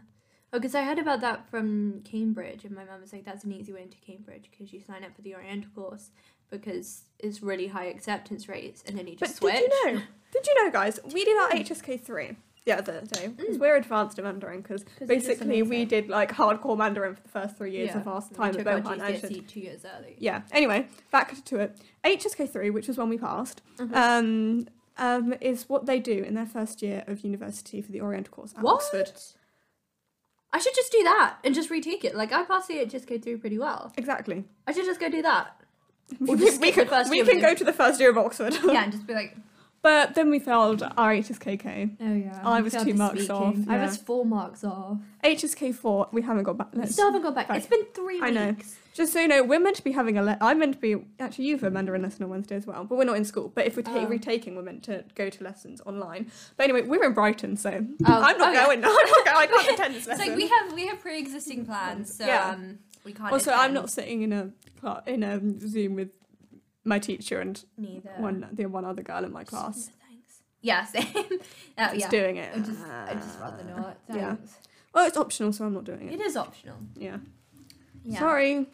Speaker 1: Oh, because I heard about that from Cambridge, and my mum was like, that's an easy way into Cambridge because you sign up for the Oriental course because it's really high acceptance rates, and then you
Speaker 2: but
Speaker 1: just switch.
Speaker 2: did you know? Did you know, guys? We did our HSK three the other day because
Speaker 1: Mm.
Speaker 2: we're advanced at Mandarin because
Speaker 1: 'Cause it's just
Speaker 2: basically we
Speaker 1: amazing.
Speaker 2: did like hardcore Mandarin for the first three years
Speaker 1: Yeah.
Speaker 2: of our
Speaker 1: We
Speaker 2: time at
Speaker 1: took our
Speaker 2: Bohan. I should-
Speaker 1: GCSE E two years early.
Speaker 2: Yeah. Anyway, back to it. HSK three, which was one we passed,
Speaker 1: Mhm.
Speaker 2: um, um, is what they do in their first year of university for the Oriental course at
Speaker 1: What?
Speaker 2: Oxford.
Speaker 1: I should just do that and just retake it. Like, I passed the HSK through pretty well.
Speaker 2: Exactly.
Speaker 1: I should just go do that.
Speaker 2: We,
Speaker 1: Or just
Speaker 2: we
Speaker 1: skip the
Speaker 2: can,
Speaker 1: first
Speaker 2: we
Speaker 1: year
Speaker 2: can
Speaker 1: with
Speaker 2: go to the first year of Oxford.
Speaker 1: Yeah, and just be like,
Speaker 2: but then we failed our HSKK.
Speaker 1: oh yeah.
Speaker 2: I
Speaker 1: we
Speaker 2: was
Speaker 1: failed
Speaker 2: two
Speaker 1: the
Speaker 2: marks off,
Speaker 1: I
Speaker 2: yeah.
Speaker 1: was four marks off.
Speaker 2: HSK4, we haven't got back.
Speaker 1: We
Speaker 2: Let's,
Speaker 1: still haven't got back.
Speaker 2: Right.
Speaker 1: It's been three
Speaker 2: I
Speaker 1: weeks.
Speaker 2: know. Just so you know, we're meant to be having a. Le- I'm meant to be. Actually, you've a Mandarin lesson on Wednesday as well, but we're not in school. But if we're ta-
Speaker 1: Oh.
Speaker 2: retaking, we're meant to go to lessons online. But anyway, we're in Brighton, so
Speaker 1: Oh,
Speaker 2: I'm not
Speaker 1: oh, yeah.
Speaker 2: going. I'm not going. I can't attend this
Speaker 1: It's
Speaker 2: lesson.
Speaker 1: like we have we have pre-existing plans, so
Speaker 2: Yeah.
Speaker 1: um, we can't.
Speaker 2: also, I'm not
Speaker 1: attend
Speaker 2: sitting in a cla- in a Zoom with my teacher and
Speaker 1: neither.
Speaker 2: one the one other girl in my class.
Speaker 1: No, thanks. Yeah, same. Oh,
Speaker 2: Just
Speaker 1: yeah.
Speaker 2: doing it. Uh,
Speaker 1: I just I just rather not.
Speaker 2: yeah.
Speaker 1: Thanks.
Speaker 2: Well, it's optional, so I'm not doing it.
Speaker 1: It is optional.
Speaker 2: Yeah.
Speaker 1: Yeah.
Speaker 2: Sorry.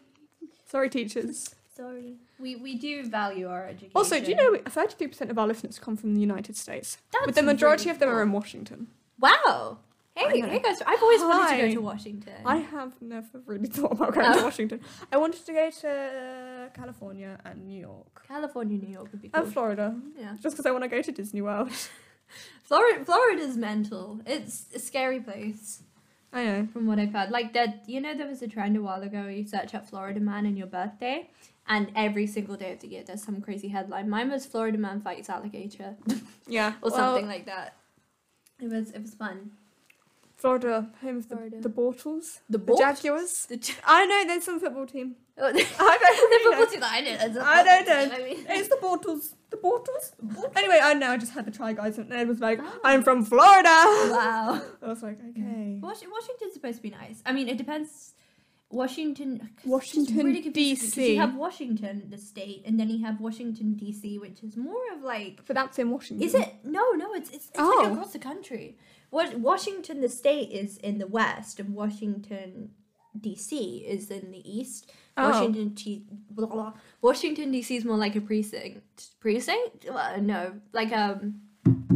Speaker 2: Sorry, teachers.
Speaker 1: It's sorry.
Speaker 3: We we do value our education.
Speaker 2: Also, do you know 33% of our listeners come from the United States?
Speaker 1: That's
Speaker 2: but the majority
Speaker 1: really
Speaker 2: of them are
Speaker 1: cool.
Speaker 2: in Washington.
Speaker 1: Wow. Hey,
Speaker 2: I know.
Speaker 1: hey guys, I've always wanted to
Speaker 2: Hi.
Speaker 1: go to Washington.
Speaker 2: I have never really thought about going to
Speaker 1: Oh.
Speaker 2: Washington. I wanted to go to California and New York.
Speaker 1: California, New York would be cool.
Speaker 2: And Florida.
Speaker 1: yeah.
Speaker 2: Just because I want to go to Disney World.
Speaker 1: Florida, Florida's mental. It's a scary place,
Speaker 2: I know.
Speaker 1: from what I've heard. Like that, you know, there was a trend a while ago. You search up Florida man and your birthday, and every single day of the year, there's some crazy headline. Mine was Florida man fights alligator
Speaker 2: Yeah.
Speaker 1: or
Speaker 2: well,
Speaker 1: something like that. It was it was fun.
Speaker 2: Florida, home of the,
Speaker 1: Florida.
Speaker 2: the Bortles.
Speaker 1: The
Speaker 2: The
Speaker 1: ball.
Speaker 2: Jaguars.
Speaker 1: The, j-
Speaker 2: I know, there's some football team.
Speaker 1: oh, the,
Speaker 2: I don't
Speaker 1: the
Speaker 2: really know.
Speaker 1: football team that I know. that's a
Speaker 2: I don't
Speaker 1: football team,
Speaker 2: know.
Speaker 1: I mean,
Speaker 2: It's the Bortles. The Bortles? Anyway, I know, I just had the Try Guys and Ed was like, I'm from Florida! I
Speaker 1: wow.
Speaker 2: was like, okay.
Speaker 1: Wash- Washington's supposed to be nice. I mean, it depends. Washington, 'cause it's just
Speaker 2: Washington,
Speaker 1: confusing because
Speaker 2: DC.
Speaker 1: You have Washington, the state, and then you have Washington D.C., which is more of like.
Speaker 2: But that's in Washington.
Speaker 1: Is it? No, no. It's it's, it's
Speaker 2: Oh.
Speaker 1: like across the country. What Washington, the state, is in the west, and Washington D.C. is in the east.
Speaker 2: Oh.
Speaker 1: Washington, T- blah, blah, blah. Washington D.C. is more like a precinct, precinct? Uh, no, like um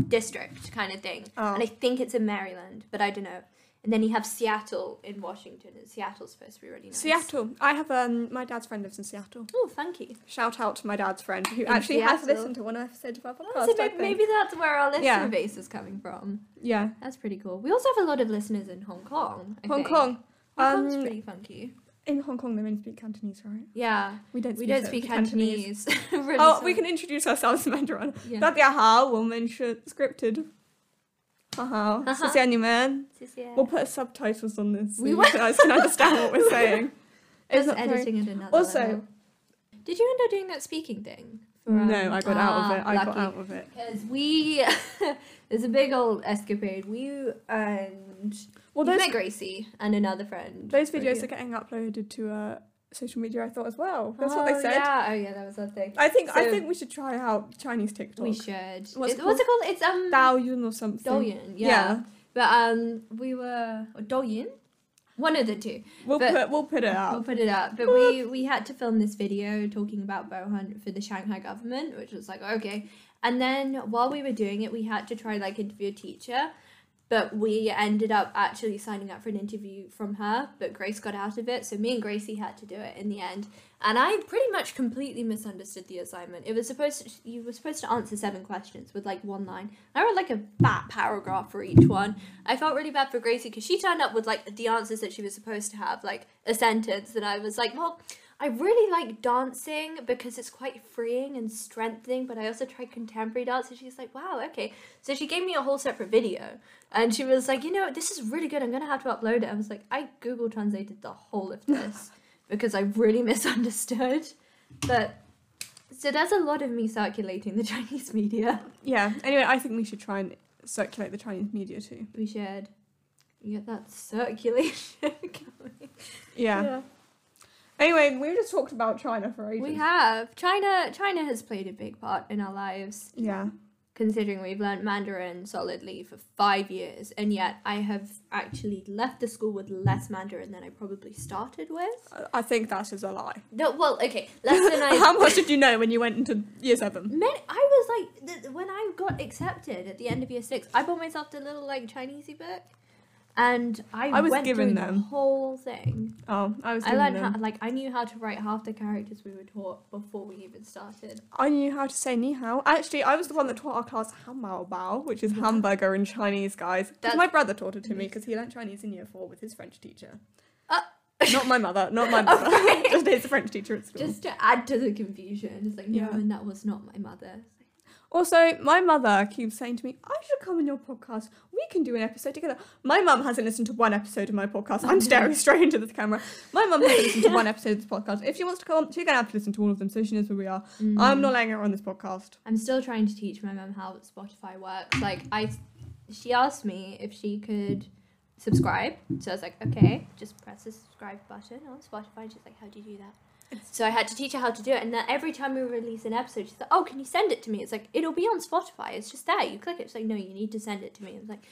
Speaker 1: district kind of thing.
Speaker 2: Oh.
Speaker 1: And I think it's in Maryland, but I don't know. And then you have Seattle in Washington, and Seattle's supposed to be really nice.
Speaker 2: Seattle. I have um my dad's friend lives in Seattle.
Speaker 1: Oh, funky.
Speaker 2: Shout out to my dad's friend who actually has
Speaker 1: Seattle.
Speaker 2: listened to one episode of our podcast.
Speaker 1: Oh, so maybe,
Speaker 2: I think.
Speaker 1: maybe that's where our listener
Speaker 2: Yeah.
Speaker 1: base is coming from.
Speaker 2: Yeah.
Speaker 1: That's pretty cool. We also have a lot of listeners in Hong Kong. I
Speaker 2: Hong
Speaker 1: think.
Speaker 2: Kong.
Speaker 1: Hong Kong's
Speaker 2: Um,
Speaker 1: pretty funky.
Speaker 2: In Hong Kong they only speak Cantonese, right?
Speaker 1: Yeah,
Speaker 2: We don't
Speaker 1: we
Speaker 2: speak
Speaker 1: don't
Speaker 2: it-
Speaker 1: speak Cantonese. really
Speaker 2: Oh,
Speaker 1: sorry.
Speaker 2: we can introduce ourselves in Mandarin.
Speaker 1: Yeah.
Speaker 2: That yeah how woman should scripted. Haha.
Speaker 1: Uh-huh.
Speaker 2: 谢谢你们.
Speaker 1: Yeah.
Speaker 2: We'll put subtitles on this.
Speaker 1: We
Speaker 2: so
Speaker 1: will.
Speaker 2: you guys can understand what we're saying.
Speaker 1: Just
Speaker 2: not very-
Speaker 1: editing it another
Speaker 2: Also-
Speaker 1: level. Did you end up doing that speaking thing? um,
Speaker 2: No, I got out of it. I got out of it.
Speaker 1: Because we, there's a big old escapade. We and
Speaker 2: Well,
Speaker 1: you
Speaker 2: those
Speaker 1: met Gracie and another friend.
Speaker 2: those
Speaker 1: were
Speaker 2: videos
Speaker 1: you-
Speaker 2: are getting uploaded to uh, social media. I thought as well. That's what they
Speaker 1: Oh,
Speaker 2: said.
Speaker 1: Yeah. Oh yeah, that was our thing.
Speaker 2: I think I
Speaker 1: So-
Speaker 2: think we should try out Chinese TikTok.
Speaker 1: We should.
Speaker 2: What's
Speaker 1: it,
Speaker 2: it
Speaker 1: what's it called? It's um.
Speaker 2: Daoyun or something.
Speaker 1: Douyin, yeah.
Speaker 2: Yeah.
Speaker 1: But um, we were or Douyin, one of the two.
Speaker 2: We'll
Speaker 1: But-
Speaker 2: put we'll put it
Speaker 1: We'll
Speaker 2: out.
Speaker 1: put it up. But we we had to film this video talking about Bohan for the Shanghai government, which was like okay. And then while we were doing it, we had to try like interview a teacher, but we ended up actually signing up for an interview from her. But Grace got out of it, so me and Gracie had to do it in the end. And I pretty much completely misunderstood the assignment. It was supposed to, you were supposed to answer seven questions with like one line. I wrote like a fat paragraph for each one. I felt really bad for Gracie because she turned up with like the answers that she was supposed to have, like a sentence, and I was like, well, I really like dancing because it's quite freeing and strengthening, but I also tried contemporary dance, and she's like, wow, okay. So she gave me a whole separate video, and she was like, you know, this is really good. I'm gonna have to upload it. I was like, I Google translated the whole of this because I really misunderstood, but. So there's a lot of me circulating the Chinese media.
Speaker 2: Yeah. Anyway, I think we should try and circulate the Chinese media too.
Speaker 1: We should get that circulation going.
Speaker 2: Yeah. Anyway, we just talked about China for ages.
Speaker 1: We have China. China has played a big part in our lives,
Speaker 2: Yeah.
Speaker 1: considering we've learnt Mandarin solidly for five years, and yet I have actually left the school with less Mandarin than I probably started with.
Speaker 2: I- I think that is a lie.
Speaker 1: No, well, okay, less than I.
Speaker 2: How much did you know when you went into year seven?
Speaker 1: Man, I was like, th- when I got accepted at the end of year six, I bought myself the little like Chinese book, and I,
Speaker 2: I was
Speaker 1: went
Speaker 2: given
Speaker 1: through the
Speaker 2: them.
Speaker 1: whole thing.
Speaker 2: Oh, I was.
Speaker 1: I
Speaker 2: given
Speaker 1: learned
Speaker 2: them.
Speaker 1: how, like I knew how to write half the characters we were taught before we even started.
Speaker 2: I knew how to say ni hao. Actually, I was the one that taught our class hamao bao, which is hamburger in Chinese, guys. 'Cause
Speaker 1: That's-
Speaker 2: my brother taught it to me because he learnt Chinese in year four with his French teacher.
Speaker 1: Uh.
Speaker 2: not my mother, not my mother.
Speaker 1: Okay.
Speaker 2: Just his French teacher at school.
Speaker 1: Just to add to the confusion, it's like no,
Speaker 2: Yeah.
Speaker 1: and that was not my mother.
Speaker 2: Also, my mother keeps saying to me, I should come on your podcast. We can do an episode together. My mum hasn't listened to one episode of my podcast. I'm staring straight into the camera. My mum hasn't listened to one episode of this podcast. If she wants to come on, she's going to have to listen to all of them so she knows where we are.
Speaker 1: Mm.
Speaker 2: I'm not letting her on this podcast.
Speaker 1: I'm still trying to teach my mum how Spotify works. Like I, she asked me if she could subscribe, so I was like, okay, just press the subscribe button on Spotify. And she's like, how do you do that? So I had to teach her how to do it, and then every time we release an episode, she's like, "Oh, can you send it to me?" It's like it'll be on Spotify. It's just there. You click it. It's like, no, you need to send it to me. It's like,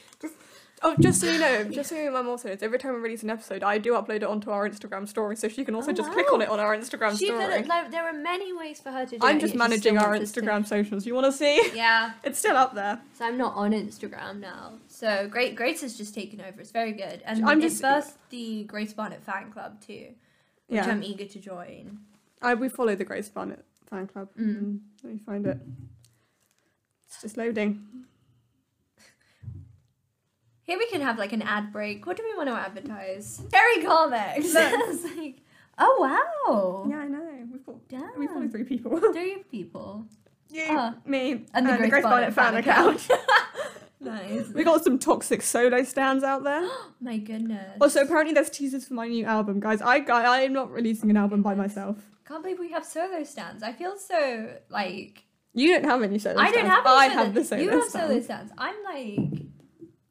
Speaker 2: Oh, just so you know, just so you know, my mom also knows, every time I release an episode, I do upload it onto our Instagram story, so she can also
Speaker 1: Oh,
Speaker 2: just
Speaker 1: wow.
Speaker 2: click on it on our Instagram
Speaker 1: she
Speaker 2: story.
Speaker 1: could have- like, there are many ways for her to do it.
Speaker 2: I'm just
Speaker 1: yet she
Speaker 2: managing
Speaker 1: still
Speaker 2: our
Speaker 1: wants us to-
Speaker 2: Instagram socials. You want to see?
Speaker 3: Yeah.
Speaker 2: It's still up there.
Speaker 1: So I'm not on Instagram now.
Speaker 3: So Great Grace has just taken over. It's very good, and
Speaker 2: I'm
Speaker 3: I'm
Speaker 2: just-
Speaker 3: just birthed the Grace Barnett fan club too, which
Speaker 2: Yeah,
Speaker 3: I'm eager to join.
Speaker 2: I, we follow the Grace Barnett fan club.
Speaker 3: Mm.
Speaker 2: Mm, Let me find it. It's just loading.
Speaker 3: Here we can have like an ad break. What do we want to advertise? Terry comics. It's like, oh wow.
Speaker 2: Yeah, I know. We've got
Speaker 3: Damn.
Speaker 2: we follow three people.
Speaker 3: Three people.
Speaker 2: You,
Speaker 1: Uh,
Speaker 3: Ah.
Speaker 2: me,
Speaker 3: And the Grace Barnett
Speaker 2: fan
Speaker 3: fan
Speaker 2: account.
Speaker 3: Nice.
Speaker 2: we got some toxic solo stands out there.
Speaker 3: My goodness.
Speaker 2: Also, apparently there's teasers for my new album, guys. I I, I am not releasing an album by myself.
Speaker 3: Can't believe we have solo stands. I feel so like
Speaker 2: You don't have any solo
Speaker 3: I don't
Speaker 2: stands,
Speaker 3: have.
Speaker 2: but
Speaker 3: Any
Speaker 2: I
Speaker 3: solo-
Speaker 2: have the solo
Speaker 3: You have
Speaker 2: stands.
Speaker 3: solo stands. I'm like,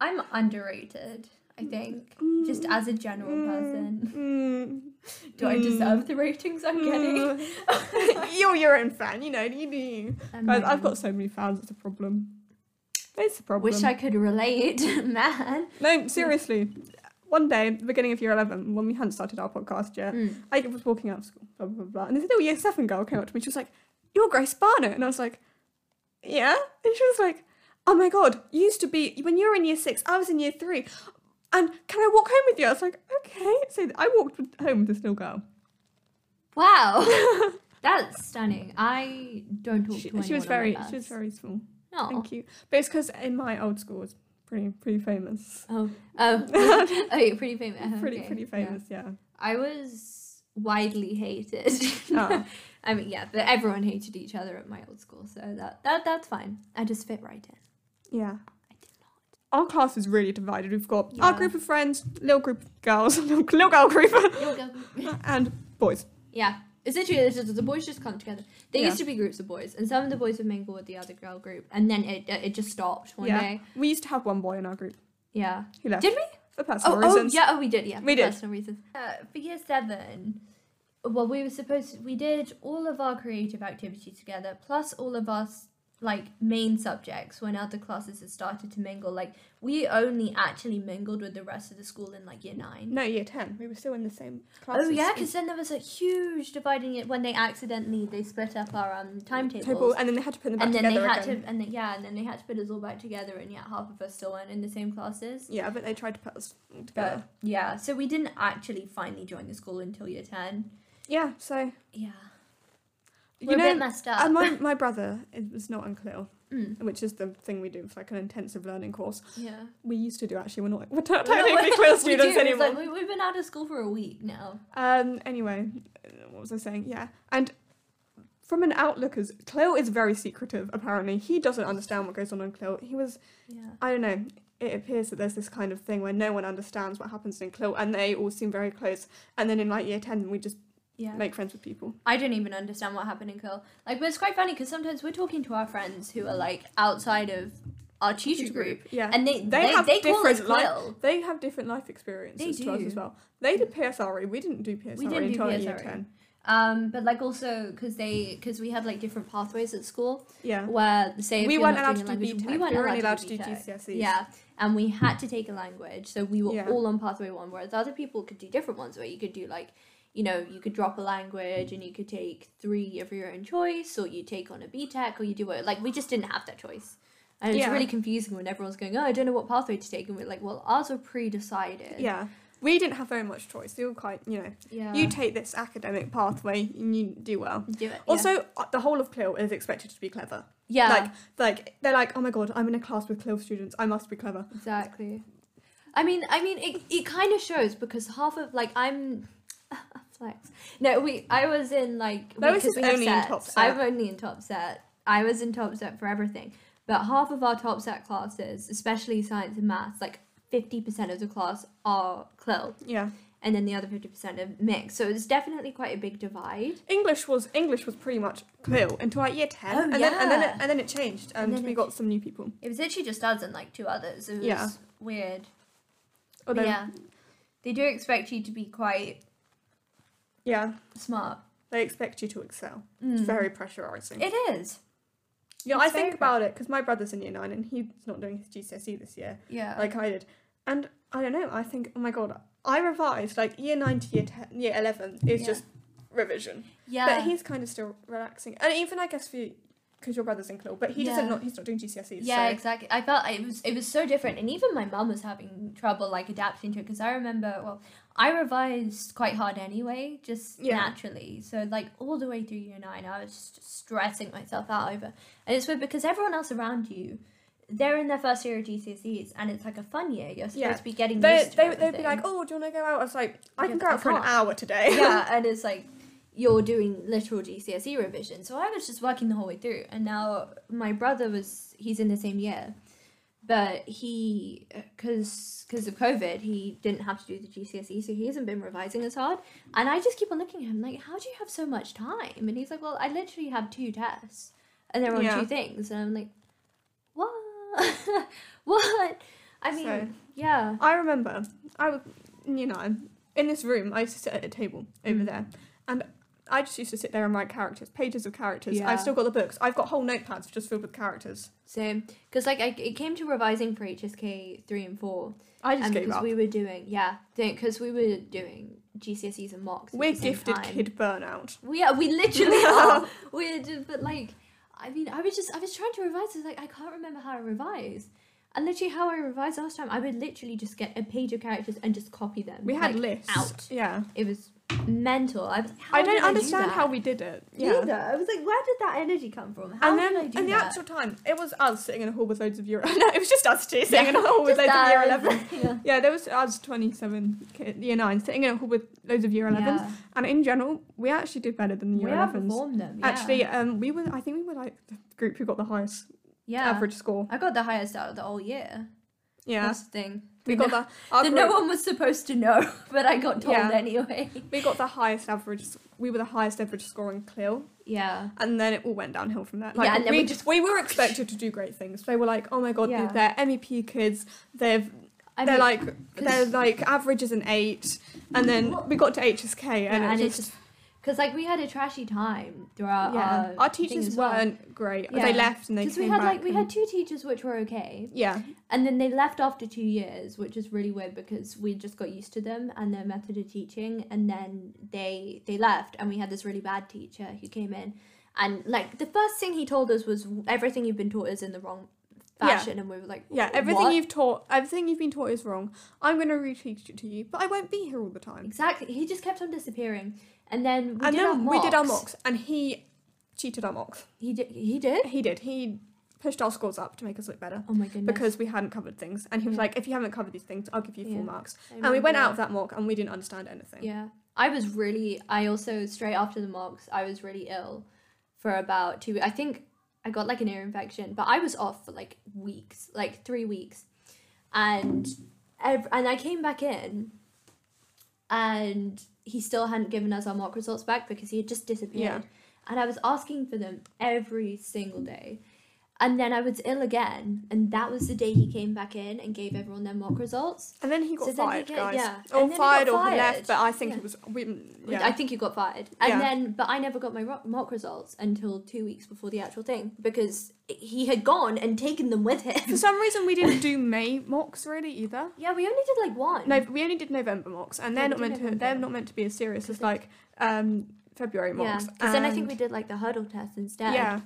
Speaker 3: I'm underrated. I think just as a general person.
Speaker 2: Mm.
Speaker 3: Do I deserve the ratings I'm getting?
Speaker 2: Mm. You're your own fan, you know. You do.
Speaker 1: I'm
Speaker 2: Guys,
Speaker 1: not-
Speaker 2: I've got so many fans. It's a problem. It's a problem.
Speaker 1: Wish I could relate, man.
Speaker 2: No, seriously. One day, at the beginning of year 11, when we hadn't started our podcast yet,
Speaker 1: Mm.
Speaker 2: I was walking out of school, blah, blah, blah, blah, and this little year 7 girl came up to me. She was like, You're Grace Barnett. And I was like, Yeah. And she was like, Oh my God, you used to be, when you were in year 6, I was in year 3. And can I walk home with you? I was like, Okay. So I walked with- home with this little girl.
Speaker 1: Wow, that's stunning. I don't talk
Speaker 2: She,
Speaker 1: to anyone.
Speaker 2: she was
Speaker 1: on
Speaker 2: very,
Speaker 1: my
Speaker 2: she was
Speaker 1: bus.
Speaker 2: very small.
Speaker 1: Aw.
Speaker 2: Thank you. But it's because in my old school, it was pretty, pretty famous.
Speaker 1: Oh, oh, oh, you're pretty famous. Uh-huh,
Speaker 2: Pretty,
Speaker 1: okay.
Speaker 2: pretty
Speaker 1: Yeah.
Speaker 2: famous, yeah.
Speaker 1: I was widely hated.
Speaker 2: Oh.
Speaker 1: I mean, yeah, but everyone hated each other at my old school, so that, that that's fine. I just fit right in.
Speaker 2: Yeah.
Speaker 1: I did
Speaker 2: Our class is really divided. We've got our
Speaker 3: Yeah.
Speaker 2: group of friends, little group of girls, little, little girl group,
Speaker 1: not. You'll go.
Speaker 2: and boys.
Speaker 1: yeah, it's literally it's just, the boys just come together. There
Speaker 2: Yeah.
Speaker 1: used to be groups of boys, and some of the boys would mingle with the other girl group, and then it it just stopped one
Speaker 2: Yeah.
Speaker 1: day.
Speaker 2: We used to have one boy in our group
Speaker 1: Yeah.
Speaker 2: who left
Speaker 1: Did we?
Speaker 2: for personal
Speaker 1: Oh, oh,
Speaker 2: reasons.
Speaker 1: yeah. Oh, we did. Yeah,
Speaker 2: We
Speaker 1: for
Speaker 2: did.
Speaker 1: personal reasons.
Speaker 3: Uh, for year seven, well, we were supposed to, we did all of our creative activities together, plus all of our s- like main subjects when other classes had started to mingle. Like we only actually mingled with the rest of the school in like year nine.
Speaker 2: No, year ten. We were still in the same class.
Speaker 3: Oh yeah, because then there was a huge dividing it when they accidentally they split up our um timetables.
Speaker 2: table, and then they had to put them back
Speaker 3: and then they
Speaker 2: together
Speaker 3: had
Speaker 2: again.
Speaker 3: to, and then, yeah, and then they had to put us all back together, and yet half of us still weren't in the same classes.
Speaker 2: Yeah, but they tried to put us all together.
Speaker 3: But yeah, so we didn't actually finally join the school until year ten.
Speaker 2: yeah, so
Speaker 3: Yeah,
Speaker 2: you
Speaker 3: we're a bit
Speaker 2: know,
Speaker 3: messed up.
Speaker 2: and my my brother it was not unclear,
Speaker 3: Mm.
Speaker 2: which is the thing we do. It's like an intensive learning course.
Speaker 3: Yeah.
Speaker 2: We used to do actually. We're not we're not
Speaker 3: We're not-
Speaker 2: technically clear
Speaker 3: we
Speaker 2: students
Speaker 3: do, it's
Speaker 2: anymore.
Speaker 3: like, we, we've been out of school for a week now.
Speaker 2: Um. Anyway, uh, what was I saying? Yeah, and from an outlooker's, Cleo is very secretive. Apparently, he doesn't understand what goes on in Cleo. He was,
Speaker 3: Yeah.
Speaker 2: I don't know. It appears that there's this kind of thing where no one understands what happens in Cleo, and they all seem very close. And then in like year ten, we just
Speaker 3: Yeah.
Speaker 2: make friends with people.
Speaker 3: I don't even understand what happened in Curl. Like, but it's quite funny because sometimes we're talking to our friends who are like outside of our tutor group,
Speaker 2: yeah.
Speaker 3: and they
Speaker 2: They
Speaker 3: they,
Speaker 2: have
Speaker 3: they call us
Speaker 2: different li-
Speaker 3: Quill.
Speaker 2: they have different life experiences to us
Speaker 3: do.
Speaker 2: as well. They did PSRE. E. We didn't do PSRE
Speaker 3: didn't do
Speaker 2: until like, year
Speaker 3: PSRE.
Speaker 2: ten.
Speaker 3: Um, but like also because they because we had like different pathways at school
Speaker 2: Yeah.
Speaker 1: Where say if
Speaker 2: we
Speaker 1: you're
Speaker 2: weren't
Speaker 1: not
Speaker 2: allowed to
Speaker 1: doing
Speaker 2: do
Speaker 1: a language,
Speaker 2: BTEC.
Speaker 1: we weren't
Speaker 2: we were
Speaker 1: allowed,
Speaker 2: only allowed to do
Speaker 1: BTEC.
Speaker 2: GCSEs.
Speaker 1: Yeah, and we had to take a language, so we were
Speaker 2: Yeah.
Speaker 1: all on pathway one, whereas other people could do different ones where you could do like, you know, you could drop a language and you could take three of your own choice, or you take on a BTEC, or you do what like we just didn't have that choice. And it's
Speaker 2: Yeah.
Speaker 1: really confusing when everyone's going, Oh, I don't know what pathway to take and we're like, Well, ours were pre decided.
Speaker 2: Yeah. We didn't have very much choice. We were quite, you know,
Speaker 3: yeah
Speaker 1: Uh.
Speaker 2: you take this academic pathway and you do well.
Speaker 1: Do it.
Speaker 2: Also, uh, the whole of Clil is expected to be clever.
Speaker 1: yeah.
Speaker 2: Like, like they're like, oh my god, I'm in a class with Clil students. I must be clever.
Speaker 1: Exactly. I mean, I mean, it, it kind of shows because half of like I'm flex. No, we I was in like
Speaker 2: Lois
Speaker 1: because
Speaker 2: is
Speaker 1: have
Speaker 2: only in
Speaker 1: sets.
Speaker 2: top set.
Speaker 1: I'm only in top set. I was in top set for everything, but half of our top set classes, especially science and maths, like fifty percent of the class are clil,
Speaker 2: Yeah.
Speaker 1: and then the other fifty percent are mixed. So it's definitely quite a big divide.
Speaker 2: English was English was pretty much Clil until like year ten,
Speaker 3: Oh,
Speaker 2: and then and then it,
Speaker 3: yeah.
Speaker 2: and then it changed,
Speaker 3: And
Speaker 2: and,
Speaker 3: then
Speaker 2: we
Speaker 3: it-
Speaker 2: got some new people.
Speaker 3: it was actually just us and like two others. It was
Speaker 2: Yeah.
Speaker 3: weird. But
Speaker 2: Although, yeah.
Speaker 3: yeah, they do expect you to be quite
Speaker 2: yeah,
Speaker 3: smart.
Speaker 2: They expect you to excel. It's
Speaker 3: Mm.
Speaker 2: very pressurizing.
Speaker 3: It is.
Speaker 2: yeah, I
Speaker 3: it's very
Speaker 2: think about it because my brother's in year nine and he's not doing his GCSE E this year,
Speaker 3: Yeah.
Speaker 2: like I did. And I don't know. I think, oh my god, I revised like year nine to year ten, year eleven is
Speaker 3: Yeah.
Speaker 2: just revision.
Speaker 3: yeah.
Speaker 2: But he's kind of still relaxing, and even I guess for you, because your brother's in Claw, but he doesn't
Speaker 3: Yeah.
Speaker 2: not he's not doing GCSEs.
Speaker 3: Yeah,
Speaker 2: E, so.
Speaker 3: exactly. I felt it was it was so different, and even my mum was having trouble like adapting to it because I remember well, I revised quite hard anyway, just
Speaker 2: Yeah.
Speaker 3: naturally. So like all the way through year nine, I was just stressing myself out over, and it's weird because everyone else around you, they're in their first year of GCSEs, and it's like a fun year. You're supposed
Speaker 2: Yeah.
Speaker 3: to be getting
Speaker 2: They,
Speaker 3: used to
Speaker 2: they, they'd be
Speaker 3: everything.
Speaker 2: like, oh, do you want to go out? I was like, I
Speaker 3: Yeah,
Speaker 2: can
Speaker 3: but
Speaker 2: go
Speaker 3: I
Speaker 2: out for an
Speaker 3: can't."
Speaker 2: hour today.
Speaker 3: yeah, and it's like you're doing literal GCSE E revision. So I was just working the whole way through, and now my brother was he's in the same year, but he because because of COVID he didn't have to do the GCSE, E, so he hasn't been revising as hard. And I just keep on looking at him like, how do you have so much time? And he's like, well, I literally have two tests, and they're on
Speaker 2: Yeah.
Speaker 3: two things, and I'm like, what? what? I mean,
Speaker 2: So-
Speaker 3: yeah,
Speaker 2: I remember I was, you know, in this room. I used to sit at a table over
Speaker 3: Mm.
Speaker 2: there, and I just used to sit there and write characters, pages of characters.
Speaker 1: Yeah.
Speaker 2: I've still got the books. I've got whole notepads just filled with characters.
Speaker 1: Same, because like I, it came to revising for HSK three and four,
Speaker 2: I just
Speaker 1: and
Speaker 2: gave
Speaker 1: because
Speaker 2: up.
Speaker 1: we were doing yeah, because we were doing GCSEs and mocks. at
Speaker 2: We are
Speaker 1: the same
Speaker 2: gifted
Speaker 1: time.
Speaker 2: kid burnout.
Speaker 1: We are. We literally are. We're just, but like, I mean, I was just, I was trying to revise. I was like, I can't remember how I revised. And literally, how I revised last time, I would literally just get a page of characters and just copy them.
Speaker 2: We had
Speaker 1: like,
Speaker 2: lists.
Speaker 1: out.
Speaker 2: Yeah.
Speaker 1: It was mental. I was. like, how
Speaker 2: I
Speaker 1: did
Speaker 2: don't understand
Speaker 1: do that?
Speaker 2: how we did it.
Speaker 1: Yeah.
Speaker 2: Yeah.
Speaker 1: Either. I was like, where did that energy come from? How
Speaker 2: and then,
Speaker 1: did I do
Speaker 2: and the
Speaker 1: that?
Speaker 2: actual time, it was us sitting in a hall with loads of year. no, it was just us two sitting in a hall with
Speaker 1: Just
Speaker 2: loads of year
Speaker 1: us.
Speaker 2: eleven.
Speaker 1: yeah.
Speaker 2: Yeah, there was us twenty-seven, kid, year nine, sitting in a hall with loads of year elevens.
Speaker 3: yeah.
Speaker 2: And in general, we actually did better than the
Speaker 3: we
Speaker 2: year elevens.
Speaker 3: outperformed them. Yeah.
Speaker 2: Actually, um, we were. I think we were like the group who got the highest
Speaker 3: yeah,
Speaker 2: average score.
Speaker 3: I got the highest out of the whole year.
Speaker 2: Yeah,
Speaker 3: That's the thing.
Speaker 2: we
Speaker 3: the
Speaker 2: got
Speaker 3: no-
Speaker 2: the. Our
Speaker 3: that
Speaker 2: group,
Speaker 3: no one was supposed to know, but I got told
Speaker 2: Yeah.
Speaker 3: anyway.
Speaker 2: we got the highest average. We were the highest average score in Clill,
Speaker 3: Yeah.
Speaker 2: and then it all went downhill from there.
Speaker 3: Yeah,
Speaker 2: Like,
Speaker 3: and then
Speaker 2: we,
Speaker 3: we just-
Speaker 2: we were expected to do great things. They were like, oh my god,
Speaker 3: Yeah.
Speaker 2: they're MEP kids. They've
Speaker 3: I
Speaker 2: they're
Speaker 3: mean,
Speaker 2: like they're like average is an eight, and then we got to HSK and,
Speaker 3: Yeah, and
Speaker 2: it
Speaker 3: it's
Speaker 2: just.
Speaker 3: because like we had a trashy time throughout
Speaker 2: yeah,
Speaker 3: our,
Speaker 2: uh, our
Speaker 3: thing
Speaker 2: teachers
Speaker 3: as well.
Speaker 2: weren't great.
Speaker 3: Yeah.
Speaker 2: They left and they
Speaker 1: Because
Speaker 2: came
Speaker 1: we had
Speaker 2: back.
Speaker 1: like we
Speaker 2: and-
Speaker 1: had two teachers which were okay,
Speaker 2: yeah,
Speaker 1: and then they left after two years, which is really weird because we just got used to them and their method of teaching, and then they they left, and we had this really bad teacher who came in, and like the first thing he told us was everything you've been taught is in the wrong
Speaker 2: Yeah.
Speaker 1: fashion, and we were like,
Speaker 2: Yeah, everything
Speaker 1: "What?"
Speaker 2: you've taught, everything you've been taught is wrong. I'm going to reteach it to you, but I won't be here all the time.
Speaker 1: exactly. He just kept on disappearing, and then we did
Speaker 2: and then
Speaker 1: our
Speaker 2: we did our
Speaker 1: mocks.
Speaker 2: mocks, and he cheated our mocks.
Speaker 1: He did. He did.
Speaker 2: He did. He pushed our scores up to make us look better
Speaker 1: Oh my goodness.
Speaker 2: because we hadn't covered things. And he was
Speaker 1: Yeah.
Speaker 2: like, "If you haven't covered these things, I'll give you full
Speaker 1: Yeah.
Speaker 2: marks."
Speaker 1: I
Speaker 2: And we went
Speaker 1: remember
Speaker 2: out of that mock, and we didn't understand anything.
Speaker 1: Yeah. I was really I also straight after the mocks, I was really ill for about two I think I got like an ear infection, but I was off for like weeks, like 3 weeks. And ev- and I came back in and he still hadn't given us our mock results back because he had just disappeared. And I was asking for them every single day. And then I was ill again, and that was the day he came back in and gave everyone their mock results.
Speaker 2: And then he got
Speaker 1: So then he
Speaker 2: fired,
Speaker 1: get-
Speaker 2: guys.
Speaker 1: yeah.
Speaker 2: Or
Speaker 1: And then he
Speaker 2: fired,
Speaker 1: got
Speaker 2: or he
Speaker 1: fired.
Speaker 2: left. But I think
Speaker 1: Yeah.
Speaker 2: it was. We,
Speaker 1: Like,
Speaker 2: yeah.
Speaker 1: I think he got fired. And
Speaker 2: Yeah.
Speaker 1: then, but I never got my ro- mock results until two weeks before the actual thing because he had gone and taken them with
Speaker 2: For
Speaker 1: him.
Speaker 2: some reason, we didn't do May mocks really either.
Speaker 1: yeah, we only did like one.
Speaker 2: No, we only did November mocks, and they're
Speaker 1: Yeah, we
Speaker 2: not
Speaker 1: did
Speaker 2: meant to. They're
Speaker 1: November.
Speaker 2: not meant to be as serious
Speaker 1: Because
Speaker 2: as
Speaker 1: they-
Speaker 2: like um, February
Speaker 1: yeah.
Speaker 2: mocks.
Speaker 1: Because then I think
Speaker 2: and-
Speaker 1: we did like the hurdle test instead.
Speaker 2: Yeah,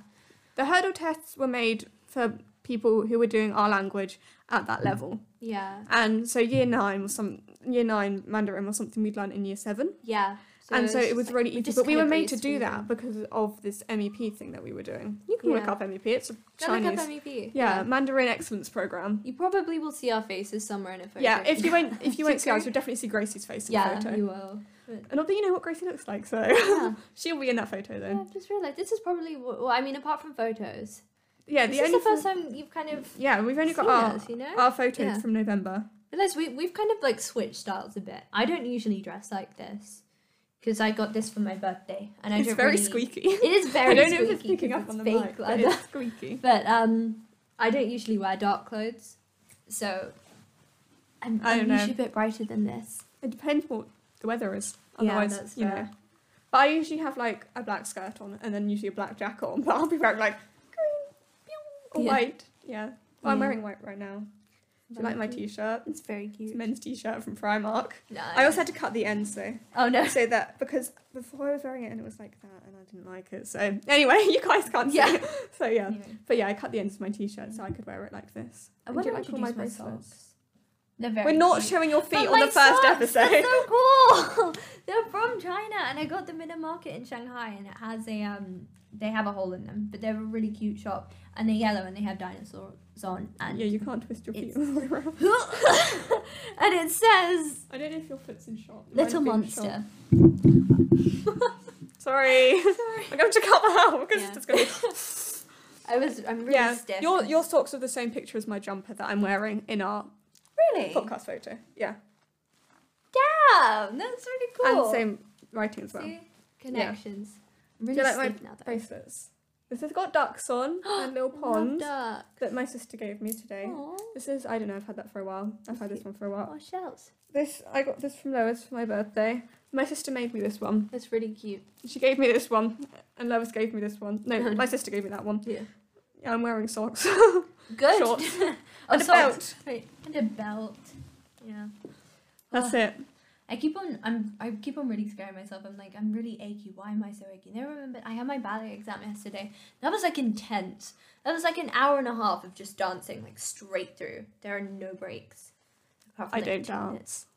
Speaker 2: the hurdle tests were made for people who were doing our language at that level,
Speaker 1: Yeah.
Speaker 2: and so year nine was some year nine Mandarin was something we'd learned in year seven,
Speaker 1: Yeah.
Speaker 2: and
Speaker 1: it's
Speaker 2: so it
Speaker 1: just
Speaker 2: was
Speaker 1: like,
Speaker 2: really easy.
Speaker 1: just
Speaker 2: But we
Speaker 1: kinda
Speaker 2: were made to
Speaker 1: breezed
Speaker 2: do
Speaker 1: through
Speaker 2: that
Speaker 1: them.
Speaker 2: because of this MEP thing that we were doing. You can look
Speaker 1: Yeah.
Speaker 2: up MEP; it's a
Speaker 1: Go look up E
Speaker 2: Chinese,
Speaker 1: MEP.
Speaker 2: yeah, Mandarin Excellence Program.
Speaker 1: You probably will see our faces somewhere in a photo.
Speaker 2: Yeah, if you won't if you won't see
Speaker 1: Great.
Speaker 2: ours, you'll definitely see Gracie's face in
Speaker 1: Yeah,
Speaker 2: the photo.
Speaker 1: you will.
Speaker 2: And not that you know what Gracie looks like, so
Speaker 1: Yeah.
Speaker 2: she'll be in that photo
Speaker 1: yeah,
Speaker 2: though.
Speaker 1: I've just realised this is probably, well, I mean, apart from photos,
Speaker 2: Yeah,
Speaker 1: this
Speaker 2: the
Speaker 1: is
Speaker 2: only
Speaker 1: the first time you've kind of
Speaker 2: yeah we've only got
Speaker 1: seen
Speaker 2: our
Speaker 1: us, you know?
Speaker 2: our photos
Speaker 1: Yeah.
Speaker 2: from November.
Speaker 1: Unless we we've kind of like switched styles a bit. I don't usually dress like this because I got this for my birthday, and I
Speaker 2: it's
Speaker 1: don't
Speaker 2: very
Speaker 1: really-
Speaker 2: squeaky.
Speaker 1: It is very
Speaker 2: I don't know
Speaker 1: squeaky
Speaker 2: if it's picking
Speaker 1: 'cause
Speaker 2: up on the
Speaker 1: fake
Speaker 2: mic, but
Speaker 1: leather.
Speaker 2: it's squeaky.
Speaker 1: But um, I don't usually wear dark clothes, so I'm,
Speaker 2: I
Speaker 1: I'm
Speaker 2: don't know.
Speaker 1: usually a bit brighter than this.
Speaker 2: It depends what the weather is. Otherwise,
Speaker 1: that's
Speaker 2: you know,
Speaker 1: fair.
Speaker 2: But I usually have like a black skirt on and then usually a black jacket on. But I'll be wearing like green, pew, or
Speaker 1: Yeah.
Speaker 2: white. Yeah. Well, I'm
Speaker 1: Yeah.
Speaker 2: wearing white right now. Do you like my t-shirt?
Speaker 1: It's very
Speaker 2: It's a
Speaker 1: cute.
Speaker 2: men's t-shirt from Primark.
Speaker 3: No.
Speaker 2: I also had to cut the ends though.
Speaker 1: Oh no.
Speaker 2: So that because before I was wearing it and it was like that and I didn't like it. So anyway, you guys can't see
Speaker 1: Yeah.
Speaker 2: it. So yeah.
Speaker 3: Anyway.
Speaker 2: But yeah, I cut the ends of my t-shirt so I could wear it like this.
Speaker 3: I
Speaker 2: And
Speaker 3: want
Speaker 2: do
Speaker 3: to
Speaker 2: you like all
Speaker 3: introduce my socks. They're very
Speaker 2: We're not
Speaker 3: cute.
Speaker 2: showing your feet
Speaker 3: But
Speaker 2: on
Speaker 3: my
Speaker 2: the
Speaker 3: socks,
Speaker 2: first
Speaker 3: they're
Speaker 2: episode.
Speaker 3: so cool. they're from China, and I got them in a market in Shanghai, and it has a um. They have a hole in them, but they're a really cute shop, and they're yellow, and they have dinosaurs on, and
Speaker 2: Yeah, you can't twist your feet
Speaker 3: It's-
Speaker 2: all the way around.
Speaker 3: and it says
Speaker 2: I don't know if your foot's in shot. It might
Speaker 3: little
Speaker 2: have been in shot.
Speaker 3: monster.
Speaker 2: Sorry. I'm going to cut that out because
Speaker 1: Yeah.
Speaker 2: it's just going to
Speaker 1: I was. I'm really
Speaker 2: Yeah.
Speaker 1: stiff.
Speaker 2: Your your socks are the same picture as my jumper that I'm wearing in our
Speaker 1: really.
Speaker 2: podcast photo. Yeah.
Speaker 1: Damn, that's really cool.
Speaker 2: And same writing as well.
Speaker 1: See? Connections. I'm
Speaker 2: Do
Speaker 1: Really
Speaker 2: you like my
Speaker 1: stiff now though.
Speaker 2: bracelets. This has got ducks on and little ponds
Speaker 1: Love
Speaker 2: that my sister gave me today.
Speaker 1: duck. Aw.
Speaker 2: This is I don't know, I've had that for a while. I've had this one for a while.
Speaker 1: Oh, shells.
Speaker 2: This I got this from Lois for my birthday. My sister made me this one.
Speaker 1: That's really cute.
Speaker 2: She gave me this one. And Lois gave me this one. No, my sister gave me that one.
Speaker 1: Yeah.
Speaker 2: Yeah, I'm wearing socks.
Speaker 1: Good.
Speaker 2: Shorts.
Speaker 1: oh,
Speaker 2: and a
Speaker 1: socks.
Speaker 2: belt.
Speaker 1: Wait,
Speaker 3: And a belt. Yeah.
Speaker 2: That's
Speaker 1: Oh,
Speaker 2: it.
Speaker 3: I keep on I'm I keep on really scaring myself. I'm like, I'm really achy. Why am I so achy? And I remember I had my ballet exam yesterday. That was like intense. That was like an hour and a half of just dancing, like straight through. There are no breaks. Apart
Speaker 2: I
Speaker 3: like,
Speaker 2: don't
Speaker 3: 10
Speaker 2: dance.
Speaker 3: minutes.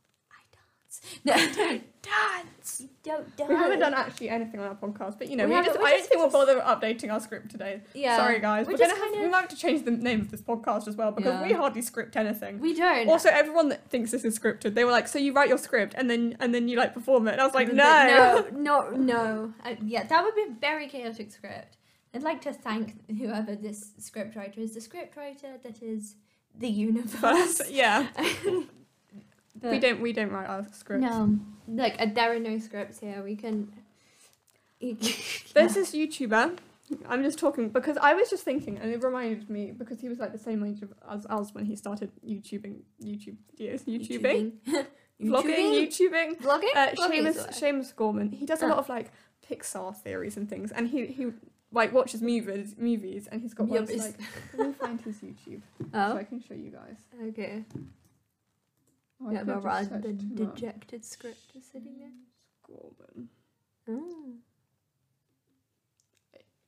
Speaker 3: No, don't dance. Don't dance.
Speaker 2: We haven't done actually anything on our podcast, but you know,
Speaker 1: We
Speaker 2: we
Speaker 1: haven't-
Speaker 2: just,
Speaker 1: we
Speaker 2: I don't
Speaker 1: just-
Speaker 2: think we'll bother updating our script today.
Speaker 1: Yeah.
Speaker 2: Sorry guys,
Speaker 1: We're
Speaker 2: we're,
Speaker 1: just
Speaker 2: gonna have,
Speaker 1: kind
Speaker 2: we might have to change the name of this podcast as well because
Speaker 1: Yeah.
Speaker 2: we hardly script anything.
Speaker 1: We don't.
Speaker 2: also, everyone that thinks this is scripted, they were like, "So you write your script and then and then you like perform it," and I was like, "No,
Speaker 1: no, no, no.
Speaker 3: Uh, yeah, that would be a very chaotic script. I'd like to thank whoever this scriptwriter is, the scriptwriter that is the universe.
Speaker 2: First, yeah, we
Speaker 1: But
Speaker 2: don't we don't write our scripts.
Speaker 1: No, like uh, there are no scripts here. We can.
Speaker 2: There's this YouTuber. I'm just talking because I was just thinking, and it reminded me because he was like the same age of- as us when he started YouTubing, YouTube videos, YouTubing, vlogging, YouTubing.
Speaker 1: Vlogging?
Speaker 2: Uh,
Speaker 1: Vlogging is
Speaker 2: Seamus,
Speaker 1: alright.
Speaker 2: Seamus Gorman. He does a
Speaker 1: Ah.
Speaker 2: lot of like Pixar theories and things, and he he like watches movies movies, and he's got one that's,
Speaker 1: Movies.
Speaker 2: like. Let me find his YouTube so
Speaker 1: Oh,
Speaker 2: I can show you guys.
Speaker 1: okay.
Speaker 2: Oh, I
Speaker 1: Yeah,
Speaker 2: could
Speaker 1: but
Speaker 2: just
Speaker 1: rather
Speaker 2: search
Speaker 1: the
Speaker 2: too much.
Speaker 1: dejected script
Speaker 2: Mm,
Speaker 1: is sitting there.
Speaker 2: Gorman. Mm.
Speaker 1: Oh.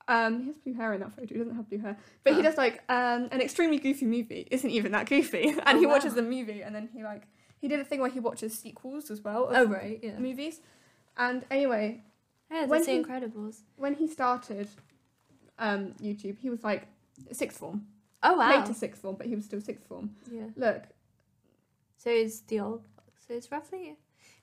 Speaker 2: Um, he has blue hair in that photo. He doesn't have blue hair, but he
Speaker 1: Ah.
Speaker 2: does like um an extremely goofy movie. Isn't even that goofy, and
Speaker 1: Oh,
Speaker 2: he watches
Speaker 1: wow.
Speaker 2: the movie, and then he like he did a thing where he watches sequels as well
Speaker 1: oh,
Speaker 2: of
Speaker 1: right, yeah.
Speaker 2: movies. And anyway,
Speaker 1: Yeah,
Speaker 2: When
Speaker 1: that's the
Speaker 2: he-
Speaker 1: Incredibles.
Speaker 2: when he started um YouTube, he was like sixth form.
Speaker 1: Oh, wow.
Speaker 2: later sixth form, but he was still sixth form.
Speaker 1: Yeah.
Speaker 2: Look,
Speaker 1: So it's the old. So it's roughly.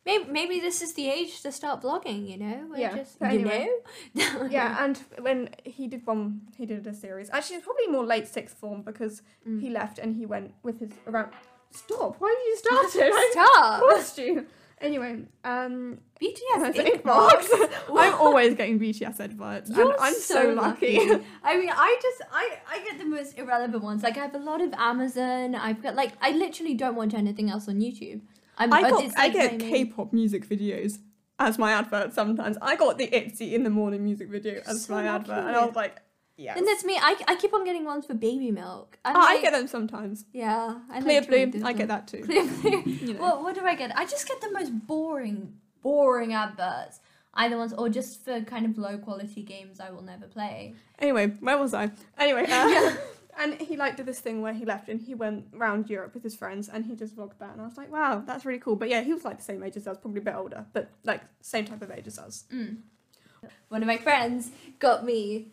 Speaker 1: Maybe, maybe this is the age to start vlogging, you know? We're
Speaker 2: Yeah,
Speaker 1: just.
Speaker 2: so anyway.
Speaker 1: You know?
Speaker 2: yeah, and when he did one, he did a series. Actually, it's probably more late sixth form because
Speaker 1: Mm.
Speaker 2: he left and he went with his around. Stop! Why have you started? I
Speaker 1: Stop!
Speaker 2: forced you. Anyway, um,
Speaker 1: BTS.
Speaker 2: that's
Speaker 1: Ink
Speaker 2: it,
Speaker 1: box.
Speaker 2: Marks. I'm always getting BTS adverts. and
Speaker 1: You're
Speaker 2: I'm so, lucky.
Speaker 1: I mean, I just I I get the most irrelevant ones. Like I have a lot of Amazon. I've got like I literally don't watch anything else on YouTube. I'm,
Speaker 2: I
Speaker 1: but
Speaker 2: got
Speaker 1: it's,
Speaker 2: I
Speaker 1: like, my
Speaker 2: get
Speaker 1: main-
Speaker 2: K-pop music videos as my advert sometimes. I got the ITZY in the morning music video as
Speaker 1: so
Speaker 2: my advert, and I
Speaker 1: lucky.
Speaker 2: was like, yeah. Oh,
Speaker 1: And that's me. I, I keep on getting ones for baby milk. I'm
Speaker 2: I
Speaker 1: like-
Speaker 2: get them sometimes.
Speaker 1: Yeah, I
Speaker 2: Clear
Speaker 1: like to read
Speaker 2: blue,
Speaker 1: those
Speaker 2: I
Speaker 1: ones.
Speaker 2: get that too.
Speaker 1: Clear blue.
Speaker 2: You know.
Speaker 3: Well, what do I get? I just get the most boring, boring adverts. Either ones, or just for kind of low quality games I will never play.
Speaker 2: Anyway, where was I? Anyway, uh, and he like did this thing where he left and he went round Europe with his friends and he just vlogged that and I was like, wow, that's really cool. But yeah, he was like the same age as us, probably a bit older, but like same type of age as us.
Speaker 3: Mm.
Speaker 1: One of my friends got me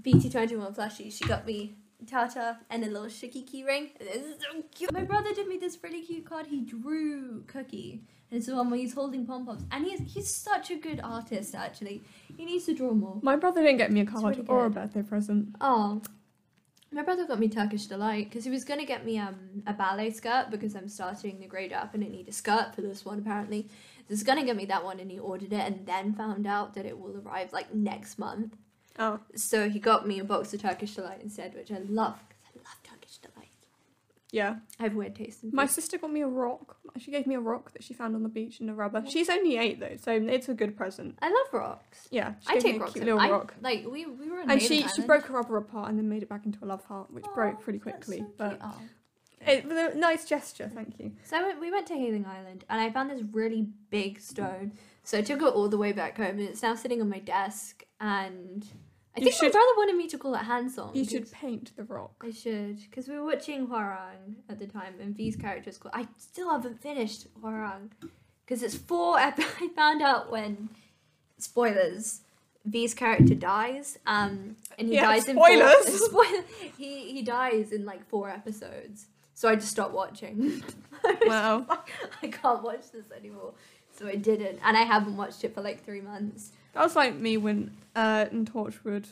Speaker 1: BT21 plushies. She got me Tata and a little Shikiki ring. This is so cute.
Speaker 3: My brother did me this really cute card. He drew Cookie, and it's the one where he's holding pom poms. And he's he's such a good artist. Actually, he needs to draw more.
Speaker 2: My brother didn't get me a card
Speaker 1: really
Speaker 2: or a
Speaker 1: good.
Speaker 2: birthday present.
Speaker 1: Oh. My brother got me Turkish Delight because he was going to get me um, a ballet skirt because I'm starting the grade up and I need a skirt for this one apparently. So he's going to get me that one and he ordered it and then found out that it will arrive like next month.
Speaker 2: Oh,
Speaker 1: So he got me a box of Turkish Delight instead, which I love because I love Turkish Delight.
Speaker 2: Yeah.
Speaker 1: I have weird taste in food.
Speaker 2: My sister got me a rock. She gave me a rock that she found on the beach in the rubber. She's only eight though, so it's a good present.
Speaker 1: I love rocks.
Speaker 2: Yeah. She
Speaker 1: I
Speaker 2: gave me
Speaker 1: take
Speaker 2: a
Speaker 1: rocks.
Speaker 2: Cute
Speaker 1: in-
Speaker 2: little
Speaker 1: I,
Speaker 2: rock.
Speaker 1: Like we, we were on
Speaker 2: And
Speaker 1: Maiden
Speaker 2: she, she
Speaker 1: Island.
Speaker 2: broke her rubber apart and then made it back into a love heart, which
Speaker 1: Aw,
Speaker 2: broke pretty
Speaker 1: that's
Speaker 2: quickly.
Speaker 1: so cute.
Speaker 2: but
Speaker 1: Aw.
Speaker 2: it was a nice gesture, thank you.
Speaker 1: So I went, we went to Hailing Island and I found this really big stone. So I took it all the way back home and it's now sitting on my desk. And I
Speaker 2: You
Speaker 1: think my
Speaker 2: should-
Speaker 1: brother wanted me to call it Hansong.
Speaker 2: You should paint the rock.
Speaker 1: I should, because we were watching Huarang at the time, and V's character is called. I still haven't finished Huarang, because it's four. Ep- I found out when spoilers. V's character dies, um, and he
Speaker 2: Yeah,
Speaker 1: dies in
Speaker 2: spoilers.
Speaker 1: four. Spoil- he he dies in like four episodes, so I just stopped watching.
Speaker 2: Wow.
Speaker 1: I can't watch this anymore, so I didn't, and I haven't watched it for like three months.
Speaker 2: That was like me when uh, in Torchwood,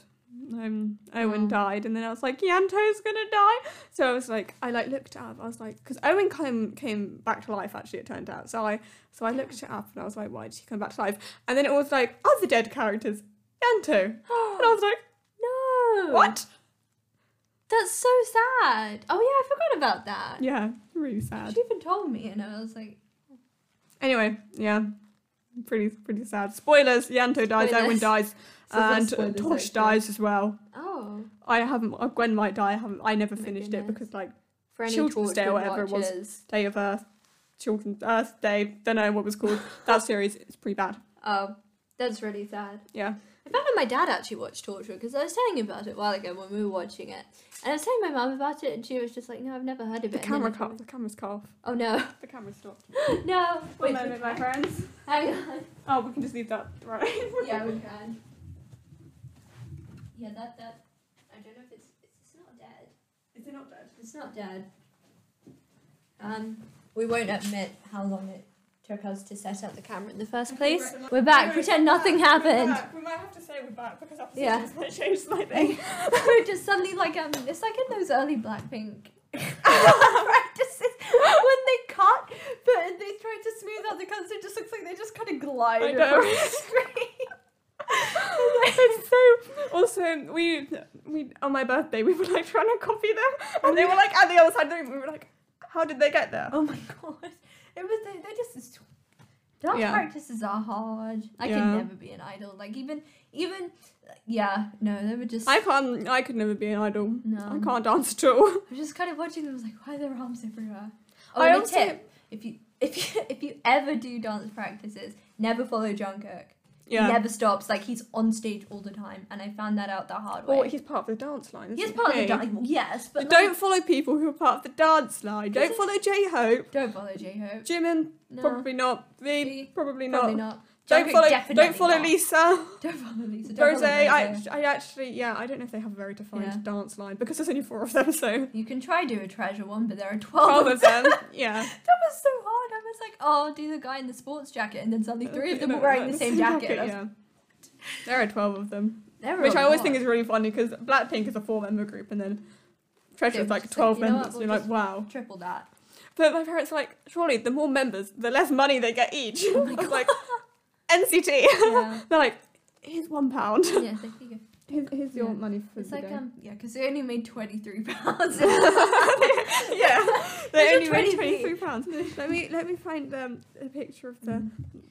Speaker 2: um, Owen
Speaker 1: Oh.
Speaker 2: died, and then I was like, Yanto's gonna die. So I was like, I like looked it up. I was like, because Owen came came back to life. Actually, it turned out. So I so I looked it up, and I was like, why did he come back to life? And then it was like other dead characters, Yanto, and I was like,
Speaker 1: no,
Speaker 2: what?
Speaker 1: That's so sad. Oh yeah, I forgot about that.
Speaker 2: Yeah, really sad.
Speaker 1: She even told me, and I was like,
Speaker 2: Anyway, yeah, pretty pretty sad. Spoilers: Yanto dies, Owen
Speaker 1: Spoilers.
Speaker 2: dies,
Speaker 1: So that's
Speaker 2: and
Speaker 1: spoilers,
Speaker 2: Tosh
Speaker 1: actually.
Speaker 2: dies as well.
Speaker 1: oh,
Speaker 2: I haven't. Uh, Gwen might die. I haven't. I never
Speaker 1: My
Speaker 2: finished it
Speaker 1: goodness.
Speaker 2: because like
Speaker 1: for any
Speaker 2: Children's
Speaker 1: Children's
Speaker 2: Day or whatever it was.
Speaker 1: watches.
Speaker 2: Day of Earth, Children's Earth Day. Don't know what it was called. that series is pretty bad.
Speaker 1: Oh, that's really sad.
Speaker 2: Yeah.
Speaker 1: I found out my dad actually watched Torture because I was telling him about it a while ago when we were watching it, and I was telling my mum about it, and she was just like, "No, I've never heard of
Speaker 2: The
Speaker 1: it." and then
Speaker 2: camera
Speaker 1: I
Speaker 2: cut.
Speaker 1: told-
Speaker 2: The camera's cut off.
Speaker 1: Oh no,
Speaker 2: The camera stopped.
Speaker 1: no.
Speaker 2: Wait,
Speaker 1: Wait,
Speaker 2: One moment, my friends.
Speaker 1: hang on.
Speaker 2: Oh, we can just leave that right.
Speaker 1: Yeah, we can. Yeah, that that. I don't know if it's it's, it's not dead.
Speaker 2: Is it not dead?
Speaker 1: It's not dead. Um, we won't admit how long it took us to set up the camera in the first place. We're back. Pretend nothing happened.
Speaker 2: We might have to say we're back because our
Speaker 1: Yeah.
Speaker 2: positions might change slightly.
Speaker 1: We're just suddenly like um, it's like in those early Blackpink practices when they cut, but they try to smooth out the cuts. It just looks like they just kind of glide
Speaker 2: I know.
Speaker 1: across the screen.
Speaker 2: and so also we we on my birthday we were like trying to copy them and they were like at the other side of the room we were like how did they get there
Speaker 1: Oh my god! It was they, they just it's- dance
Speaker 2: Yeah.
Speaker 1: practices are hard. I
Speaker 2: Yeah.
Speaker 1: can never be an idol. Like even even yeah no they were just
Speaker 2: I can't I could never be an idol
Speaker 1: no
Speaker 2: I can't dance at all
Speaker 1: I was just kind of watching them. I was like, why are their arms everywhere? Oh,
Speaker 2: I
Speaker 1: and a
Speaker 2: also-
Speaker 1: tip: if you if you, if you ever do dance practices, never follow Jungkook.
Speaker 2: yeah
Speaker 1: He never stops. Like he's on stage all the time, and I found that out the hard way.
Speaker 2: Or he's part of the dance line.
Speaker 1: He is
Speaker 2: isn't
Speaker 1: part
Speaker 2: he?
Speaker 1: of the dance. Yes, but like,
Speaker 2: Don't follow people who are part of the dance line. Don't
Speaker 1: Is it-
Speaker 2: follow J Hope.
Speaker 1: don't follow J Hope.
Speaker 2: Jimin,
Speaker 1: No,
Speaker 2: probably not. V,
Speaker 1: V,
Speaker 2: probably not.
Speaker 1: probably not.
Speaker 2: Don't
Speaker 1: Jungkook,
Speaker 2: follow. Don't
Speaker 1: definitely
Speaker 2: follow
Speaker 1: not.
Speaker 2: Lisa.
Speaker 1: Don't follow Lisa. Don't
Speaker 2: Rose.
Speaker 1: follow
Speaker 2: I,
Speaker 1: Rosé.
Speaker 2: act- I actually, yeah, I don't know if they have a very defined
Speaker 1: Yeah.
Speaker 2: dance line because there's only four of them, so
Speaker 1: You can try do a treasure one, but there are
Speaker 2: twelve
Speaker 1: twelve.
Speaker 2: of them. Yeah.
Speaker 1: That was so hard. I was like, oh, I'll do the guy in the sports jacket, and then suddenly three of them
Speaker 2: No,
Speaker 1: were wearing
Speaker 2: no,
Speaker 1: the same jacket. I was-
Speaker 2: yeah. There are twelve of them,
Speaker 1: they were
Speaker 2: which I always
Speaker 1: hard.
Speaker 2: think is really funny because Blackpink is a four-member group, and then Treasure
Speaker 1: They
Speaker 2: is
Speaker 1: were
Speaker 2: like
Speaker 1: just like,
Speaker 2: twelve
Speaker 1: you know what,
Speaker 2: members.
Speaker 1: we'll
Speaker 2: You're like,
Speaker 1: just-
Speaker 2: wow.
Speaker 1: triple that.
Speaker 2: But my parents were like, surely the more members, the less money they get each.
Speaker 1: Oh my
Speaker 2: I was
Speaker 1: God.
Speaker 2: like, NCT.
Speaker 1: Yeah.
Speaker 2: They're like, here's one pound.
Speaker 1: yeah, there you go.
Speaker 2: Here's, here's your
Speaker 1: Yeah.
Speaker 2: money for
Speaker 1: It's
Speaker 2: the
Speaker 1: like
Speaker 2: day.
Speaker 1: um yeah, because they only made twenty three pounds.
Speaker 2: yeah, they
Speaker 1: Here's
Speaker 2: only
Speaker 1: your
Speaker 2: made
Speaker 1: 20p.
Speaker 2: twenty-three pounds. Let me let me find um, a picture of the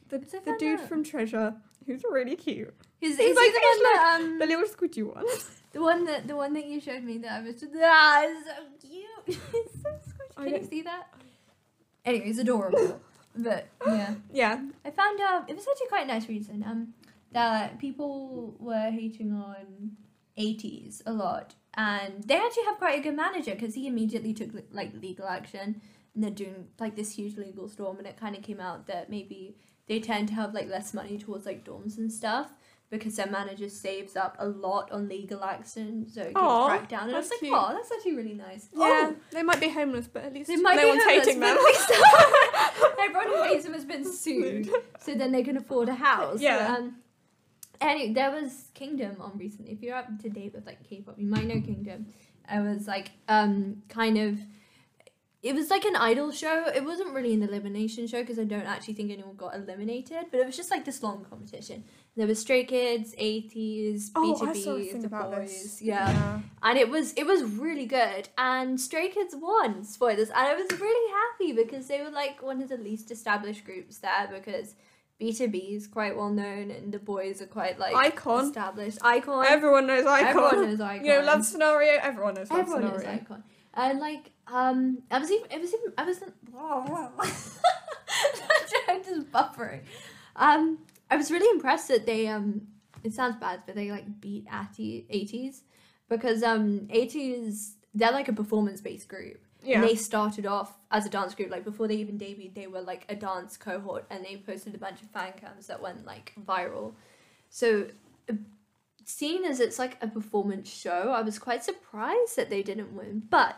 Speaker 2: the,
Speaker 1: Because I
Speaker 2: the
Speaker 1: found
Speaker 2: dude
Speaker 1: out-
Speaker 2: from Treasure, who's really cute.
Speaker 1: Is, is
Speaker 2: He's like,
Speaker 1: he the one that um
Speaker 2: The little squidgy one.
Speaker 1: the one that the one that you showed me that I was just ah it's so cute. it's so squishy.
Speaker 2: I
Speaker 1: Can you
Speaker 2: don't-
Speaker 1: see that? Anyway, it's adorable. but yeah.
Speaker 2: Yeah,
Speaker 1: I found out it was actually quite a nice reason, um, that people were hating on 80s a lot. And they actually have quite a good manager because he immediately took like legal action and they're doing like this huge legal storm. And it kind of came out that maybe they tend to have like less money towards like dorms and stuff because their manager saves up a lot on legal action. So it can
Speaker 2: Aw,
Speaker 1: crack down. And I was
Speaker 2: that's
Speaker 1: like,
Speaker 2: cute.
Speaker 1: oh, that's actually really nice.
Speaker 2: yeah.
Speaker 1: Oh,
Speaker 2: They might be homeless, but at least
Speaker 1: they might
Speaker 2: no
Speaker 1: be
Speaker 2: one's
Speaker 1: homeless,
Speaker 2: hating
Speaker 1: but
Speaker 2: them.
Speaker 1: at least- Everyone who hates them has been sued so then they can afford a house.
Speaker 2: Yeah.
Speaker 1: Um, anyway, there was Kingdom on recently. If you're up to date with like K-pop, you might know Kingdom. I was like, um, kind of it was like an idol show. It wasn't really an elimination show because I don't actually think anyone got eliminated, but it was just like this long competition. There was Stray Kids, 80s,
Speaker 2: Oh, I saw
Speaker 1: B2B,
Speaker 2: something
Speaker 1: The
Speaker 2: about
Speaker 1: Boys.
Speaker 2: this.
Speaker 1: Yeah. And it was it was really good. And Stray Kids won, spoilers. And I was really happy because they were like one of the least established groups there because B2B is quite well known and the boys are quite like
Speaker 2: Icon.
Speaker 1: established. Icon.
Speaker 2: Everyone knows Icon.
Speaker 1: Everyone knows Icon.
Speaker 2: You know, love scenario. Everyone knows love
Speaker 1: Everyone knows
Speaker 2: scenario.
Speaker 1: Icon. And like, um, I was even, I was even, I was, I'm just buffering. Um, I was really impressed that they, um, it sounds bad, but they like beat Atty 80s because, um, 80s, they're like a performance based group.
Speaker 2: Yeah.
Speaker 1: And they started off as a dance group. Like before they even debuted, they were like a dance cohort, and they posted a bunch of fan cams that went like viral. So, uh, seeing as it's like a performance show, I was quite surprised that they didn't win, but.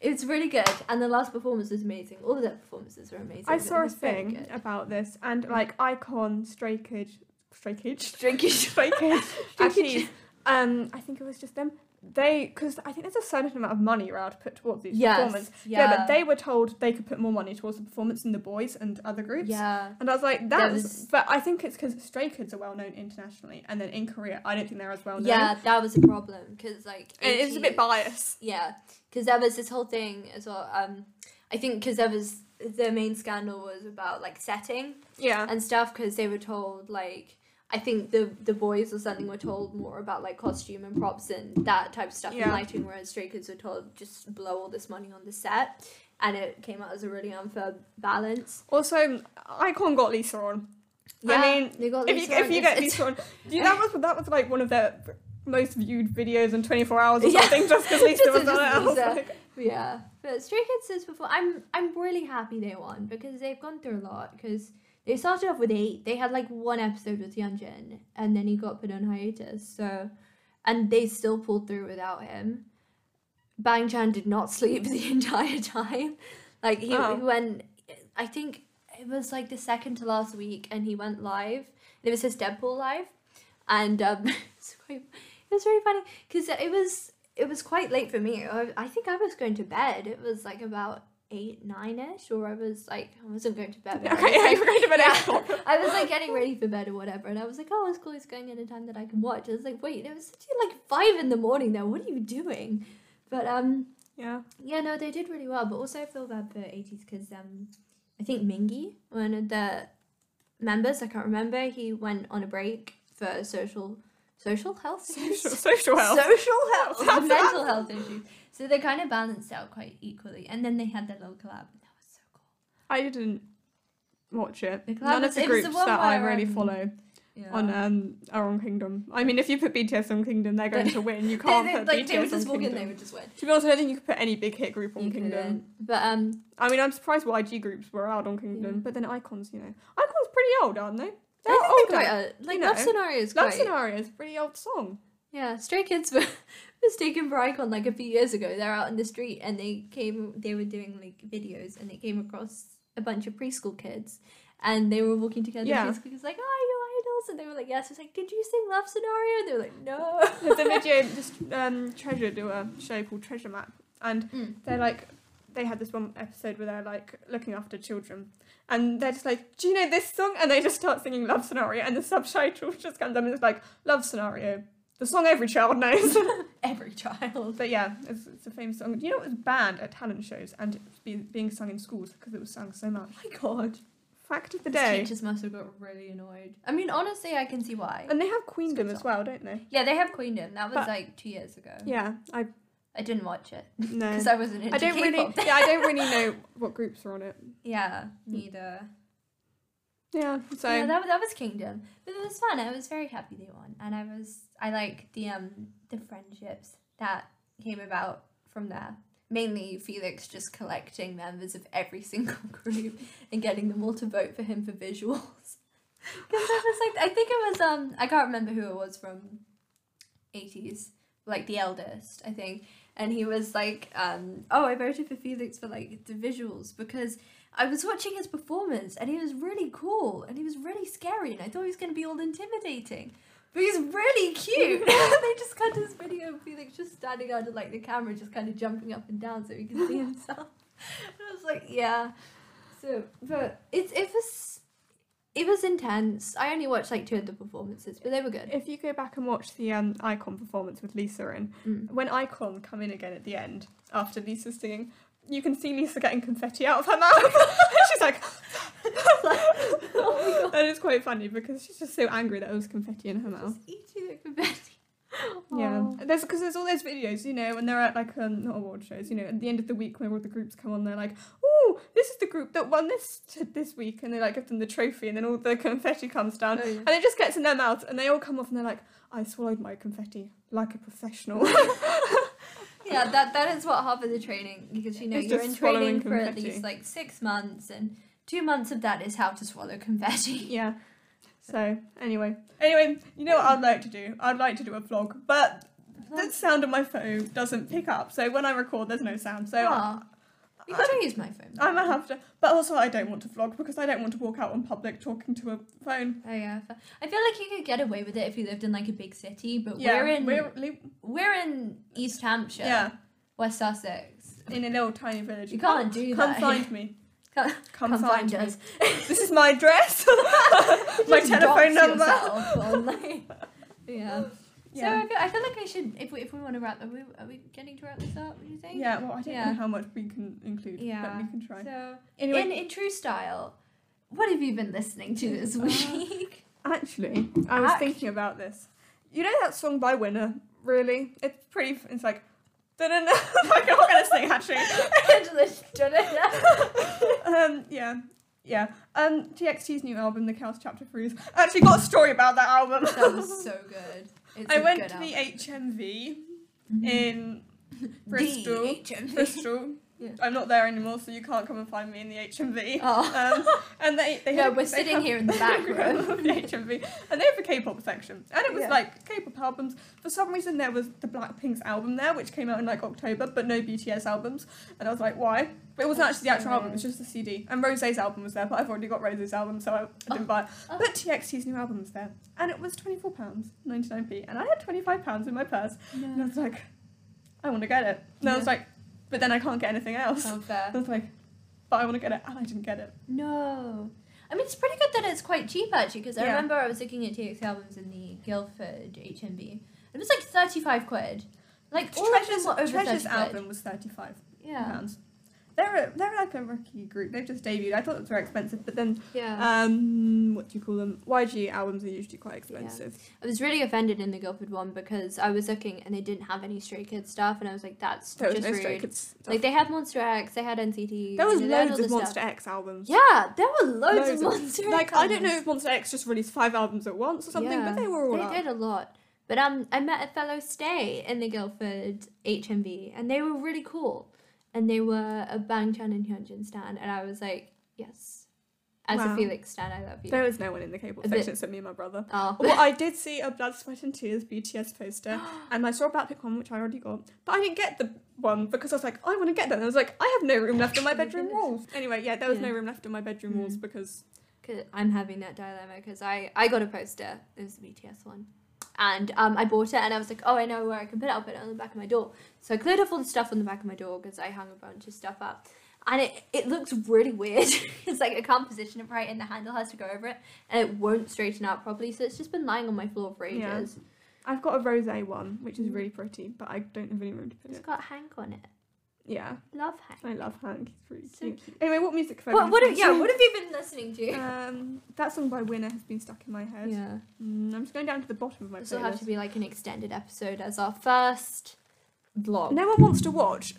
Speaker 1: It's really good, and the last performance was amazing. All of their performances were amazing.
Speaker 2: I
Speaker 1: It
Speaker 2: saw a
Speaker 1: was very
Speaker 2: thing
Speaker 1: good. Mm.
Speaker 2: about this, and like Icon, Stray Kids, Stray Kids,
Speaker 1: Shrinkage.
Speaker 2: Stray Kids,
Speaker 1: Stray Kids.
Speaker 2: actually, um, I think it was just them. They, because I think there's a certain amount of money around put towards these
Speaker 1: Yes,
Speaker 2: performances.
Speaker 1: yeah.
Speaker 2: but they were told they could put more money towards the performance than the boys and other groups.
Speaker 1: Yeah,
Speaker 2: And I was like,
Speaker 1: There
Speaker 2: that's.
Speaker 1: was-
Speaker 2: But I think it's because Stray Kids are well known internationally, and then in Korea, I don't think they're as well known.
Speaker 1: yeah, that was a problem because like
Speaker 2: And it was a
Speaker 1: 80s
Speaker 2: bit biased.
Speaker 1: Yeah, because there was this whole thing as well. Um, I think because there was the main scandal was about like setting
Speaker 2: Yeah.
Speaker 1: and stuff because they were told like I think the the boys or something were told more about like costume and props and that type of stuff and
Speaker 2: Yeah.
Speaker 1: lighting, whereas Stray Kids were told just blow all this money on the set, and it came out as a really unfair balance.
Speaker 2: Also, um, Icon got Lisa on. I mean,
Speaker 1: they got
Speaker 2: if you,
Speaker 1: Oh, Lisa
Speaker 2: if
Speaker 1: on
Speaker 2: you
Speaker 1: this-
Speaker 2: get Lisa on, yeah, that was that was like one of their most viewed videos in 24 hours or
Speaker 1: Yeah.
Speaker 2: something, just because Lisa
Speaker 1: Just-
Speaker 2: was on
Speaker 1: just
Speaker 2: it. I was
Speaker 1: Lisa.
Speaker 2: like,
Speaker 1: Yeah, but Stray Kids says before I'm I'm really happy they won because they've gone through a lot because they started off with eight. They had like one episode with Yeonjin and then he got put on hiatus. So, and they still pulled through without him. Bang Chan did not sleep the entire time. Like he
Speaker 2: Oh.
Speaker 1: when I think it was like the second to last week and he went live. It was his Deadpool live, and um, it's quite, it was really funny because it was it was quite late for me. I, I think I was going to bed. It was like about eight nine ish, or I was like I wasn't going to bed. but I was,
Speaker 2: okay, yeah,
Speaker 1: like-
Speaker 2: you're going to bed
Speaker 1: yeah.
Speaker 2: yeah.
Speaker 1: I was like getting ready for bed or whatever, and I was like, oh, it's cool. He's going at a time that I can watch. I was like, wait, it was like five in the morning. Now, what are you doing? But um,
Speaker 2: yeah.
Speaker 1: yeah, no, they did really well, but also I feel bad for 80s because um, I think Mingy, one of the members, I can't remember, he went on a break for social social health issues?
Speaker 2: Social, social health.
Speaker 1: Social health,
Speaker 2: That's-
Speaker 1: mental health issues. So they kind of balanced out quite equally, and then they had their little collab, and that was so cool.
Speaker 2: I didn't watch it.
Speaker 1: The
Speaker 2: None
Speaker 1: Clavis-
Speaker 2: of the
Speaker 1: it was the
Speaker 2: groups
Speaker 1: one
Speaker 2: that I
Speaker 1: where,
Speaker 2: really
Speaker 1: um,
Speaker 2: follow
Speaker 1: Yeah.
Speaker 2: on um are on Kingdom. I mean, if you put BTS on Kingdom, they're going to win. You can't
Speaker 1: they, they,
Speaker 2: put
Speaker 1: like,
Speaker 2: BTS
Speaker 1: they would
Speaker 2: on
Speaker 1: just walk
Speaker 2: Kingdom.
Speaker 1: in, they would just win.
Speaker 2: To be honest, I don't think you could put any big hit group on
Speaker 1: You
Speaker 2: Kingdom.
Speaker 1: couldn't. But um,
Speaker 2: I mean, I'm surprised YG groups were out on Kingdom,
Speaker 1: Yeah.
Speaker 2: but then Icons, you know, Icons pretty old, aren't they?
Speaker 1: I
Speaker 2: They're
Speaker 1: think they're
Speaker 2: older.
Speaker 1: quite uh, like
Speaker 2: you
Speaker 1: love
Speaker 2: know.
Speaker 1: scenario is
Speaker 2: Love
Speaker 1: quite
Speaker 2: Scenario is a pretty old song.
Speaker 1: Yeah, Stray Kids were mistaken for Icon like a few years ago. They're out in the street and they came, they were doing like videos and they came across a bunch of preschool kids and they were walking together.
Speaker 2: Yeah.
Speaker 1: And preschool kids like, oh, are you idols? And they were like, yes. It's like, did you sing Love Scenario? And they were like, no.
Speaker 2: There's a video just um, Treasure do a show called Treasure Map, and
Speaker 1: Mm.
Speaker 2: they're like they had this one episode where they're like looking after children, and they're just like, do you know this song? And they just start singing Love Scenario, and the subtitle just comes up and it's like Love Scenario, the song every child knows.
Speaker 1: Every child.
Speaker 2: but yeah, it's, it's a famous song. Do you know it was banned at talent shows and it was be, being sung in schools because it was sung so much?
Speaker 1: my god.
Speaker 2: Fact of the
Speaker 1: These
Speaker 2: day.
Speaker 1: teachers must have got really annoyed. I mean, honestly, I can see why.
Speaker 2: And they have Queendom
Speaker 1: good
Speaker 2: as well, don't they?
Speaker 1: yeah, they have Queendom. That was
Speaker 2: But-
Speaker 1: like two years ago.
Speaker 2: Yeah, I
Speaker 1: I didn't watch it
Speaker 2: no.
Speaker 1: because I wasn't into
Speaker 2: I don't really.
Speaker 1: K-pop.
Speaker 2: Yeah, I don't really know what groups are on it.
Speaker 1: yeah, neither.
Speaker 2: Yeah, so
Speaker 1: yeah, that, that was Kingdom, but it was fun. I was very happy they won, and I was I like the um the friendships that came about from there. Mainly Felix just collecting members of every single group and getting them all to vote for him for visuals. Because I was like, I think it was um I can't remember who it was from, eighties like the eldest I think, and he was like um oh I voted for Felix for like the visuals because I was watching his performance and he was really cool and he was really scary and I thought he was going to be all intimidating. But he's really cute. they just cut his video of Felix just standing under like the camera, just kind of jumping up and down so he can see himself. I was like, yeah. So, but it's it was it was intense. I only watched like two of the performances, but they were good.
Speaker 2: If you go back and watch the um, Icon performance with Lisa in,
Speaker 1: Mm.
Speaker 2: when Icon come in again at the end after Lisa's singing, you can see Lisa getting confetti out of her mouth. she's like, and it's quite funny because she's just so angry that there was confetti in her mouth.
Speaker 1: Just eating it for Betty. Oh.
Speaker 2: Yeah,
Speaker 1: Aw.
Speaker 2: there's because there's all those videos, you know, when they're at like um, not award shows, you know, at the end of the week when all the groups come on, they're like, "Oh, this is the group that won this t- this week," and they like give them the trophy, and then all the confetti comes down,
Speaker 1: Oh, yeah.
Speaker 2: and it just gets in their mouth, and they all come off, and they're like, "I swallowed my confetti like a professional."
Speaker 1: yeah, that that is what half of the training because you know
Speaker 2: It's
Speaker 1: you're
Speaker 2: just
Speaker 1: in training
Speaker 2: swallowing
Speaker 1: for at
Speaker 2: confetti.
Speaker 1: least like six months, and two months of that is how to swallow confetti.
Speaker 2: yeah. So anyway, anyway, you know what I'd like to do? I'd like to do a vlog, but the sound of my phone doesn't pick up, so when I record, there's no sound. So
Speaker 1: Aw. you can try use my phone.
Speaker 2: I might have to, but also I don't want to vlog because I don't want to walk out in public talking to a phone.
Speaker 1: Oh yeah, fa- I feel like you could get away with it if you lived in like a big city, but
Speaker 2: Yeah,
Speaker 1: we're in
Speaker 2: we're
Speaker 1: we're,
Speaker 2: li-
Speaker 1: in East Hampshire,
Speaker 2: yeah,
Speaker 1: West Sussex.
Speaker 2: in a little tiny village.
Speaker 1: You can't do
Speaker 2: Come
Speaker 1: that.
Speaker 2: find me.
Speaker 1: Come- Come
Speaker 2: Come, find,
Speaker 1: find us.
Speaker 2: me. this is my address. my
Speaker 1: Just
Speaker 2: telephone
Speaker 1: dox
Speaker 2: number.
Speaker 1: yourself on, like- yeah.
Speaker 2: Yeah.
Speaker 1: So I feel, I feel like I should if we if we want to wrap are we are we getting to wrap this up? Do you think?
Speaker 2: Yeah, well, I don't
Speaker 1: Yeah.
Speaker 2: know how much we can include, but
Speaker 1: Yeah.
Speaker 2: we can try.
Speaker 1: So
Speaker 2: Anyway,
Speaker 1: in in true style, what have you been listening to this
Speaker 2: Uh,
Speaker 1: week?
Speaker 2: actually, I was
Speaker 1: Act-
Speaker 2: thinking about this. You know that song by Winner? Really? It's pretty. f- It's like. I'm not gonna sing actually. um, yeah, yeah. Um, TXT's new album, The Chaos Chapter Freeze. I actually got a story about that album.
Speaker 1: that was so good. It's
Speaker 2: I
Speaker 1: a
Speaker 2: went
Speaker 1: good
Speaker 2: to
Speaker 1: album.
Speaker 2: the HMV in Bristol. Bristol.
Speaker 1: Yeah.
Speaker 2: I'm not there anymore, so you can't come and find me in the HMV.
Speaker 1: Oh.
Speaker 2: Um, and they, they
Speaker 1: No,
Speaker 2: had-
Speaker 1: we're
Speaker 2: they
Speaker 1: sitting
Speaker 2: have-
Speaker 1: here in the back
Speaker 2: we
Speaker 1: row.
Speaker 2: have the HMV, and they have a K-pop section, and it was
Speaker 1: Yeah.
Speaker 2: like K-pop albums. For some reason, there was the Blackpink's album there, which came out in like October, but no BTS albums. And I was like, why? But it wasn't
Speaker 1: That's
Speaker 2: actually the actual
Speaker 1: so
Speaker 2: album; it was just the CD. And Rose's album was there, but I've already got Rose's album, so I, I didn't buy. it.
Speaker 1: Oh.
Speaker 2: But TXT's new album was there, and it was twenty four pounds ninety nine p, and I had twenty five pounds in my purse, and I was like, I want to get it. And I was
Speaker 1: Yeah. Oh.
Speaker 2: like, but then I can't get anything else.
Speaker 1: Not
Speaker 2: I
Speaker 1: fair.
Speaker 2: was like, but I want to get it, and I didn't get it.
Speaker 1: No. I mean, it's pretty good that it's quite cheap actually, because I
Speaker 2: Yeah.
Speaker 1: remember I was looking at TX albums in the Guildford HMV. and It was like 35 quid. Like, all
Speaker 2: Treasure's,
Speaker 1: of them were over
Speaker 2: Treasure's
Speaker 1: 30 quid.
Speaker 2: album was thirty five
Speaker 1: Yeah.
Speaker 2: pounds. They're a, they're like a rookie group. They've just debuted. I thought it was very expensive, but then
Speaker 1: Yeah.
Speaker 2: um, what do you call them? YG albums are usually quite expensive.
Speaker 1: I was really offended in the Guildford one because I was looking and they didn't have any Stray Kids stuff, and I was like, that's
Speaker 2: There was
Speaker 1: just
Speaker 2: no
Speaker 1: rude.
Speaker 2: Stray Kids stuff.
Speaker 1: Like, they had Monster X, they had NCT.
Speaker 2: there was
Speaker 1: you know, they had
Speaker 2: loads
Speaker 1: all
Speaker 2: of
Speaker 1: this
Speaker 2: Monster
Speaker 1: stuff.
Speaker 2: X albums.
Speaker 1: Yeah, there were loads,
Speaker 2: Loads
Speaker 1: of
Speaker 2: of-
Speaker 1: Monster X.
Speaker 2: Like I don't know
Speaker 1: albums.
Speaker 2: if Monster X just released five albums at once or something,
Speaker 1: Yeah.
Speaker 2: but they were all
Speaker 1: They
Speaker 2: up.
Speaker 1: did a lot. But um, I met a fellow stay in the Guildford HMV, and they were really cool. And they were a Bang Chan and Hyunjin stand, and I was like, yes. As a
Speaker 2: Wow.
Speaker 1: Felix stan, I love you.
Speaker 2: There was no one in the cable
Speaker 1: A bit-
Speaker 2: section except me and my brother.
Speaker 1: oh,
Speaker 2: Well, I did see a Blood, Sweat and Tears BTS poster, and I saw a Blackpink one, which I already got, but I didn't get the one because I was like, I want to get that. And I was like, I have no room left in my bedroom walls. Anyway, yeah, there was no
Speaker 1: Yeah. Mm.
Speaker 2: room left in my bedroom walls because
Speaker 1: 'Cause I'm having that dilemma because I I got a poster. It was the BTS one, and um, I bought it, and I was like, oh, I know where I can put it. I'll put it on the back of my door. So I cleared off all the stuff on the back of my door because I hung a bunch of stuff up. And it, it looks really weird. it's like I can't position it right, and the handle has to go over it, and it won't straighten out properly. So it's just been lying on my floor for ages.
Speaker 2: Yeah. I've got a rose one, which is really pretty, but I don't have any room to put
Speaker 1: Mm. It's
Speaker 2: it.
Speaker 1: got Hank on it.
Speaker 2: Yeah,
Speaker 1: Love Hank.
Speaker 2: I love Hank. He's really
Speaker 1: So
Speaker 2: cute. Anyway, what music have I
Speaker 1: What,
Speaker 2: been
Speaker 1: what have,
Speaker 2: listening
Speaker 1: yeah, what have you been listening
Speaker 2: to?
Speaker 1: to?
Speaker 2: Um, that song by Winner has been stuck in my head.
Speaker 1: Yeah.
Speaker 2: Mm, I'm just going down to the bottom of my
Speaker 1: This will have
Speaker 2: playlist.
Speaker 1: to be like an extended episode as our first vlog.
Speaker 2: No one wants to watch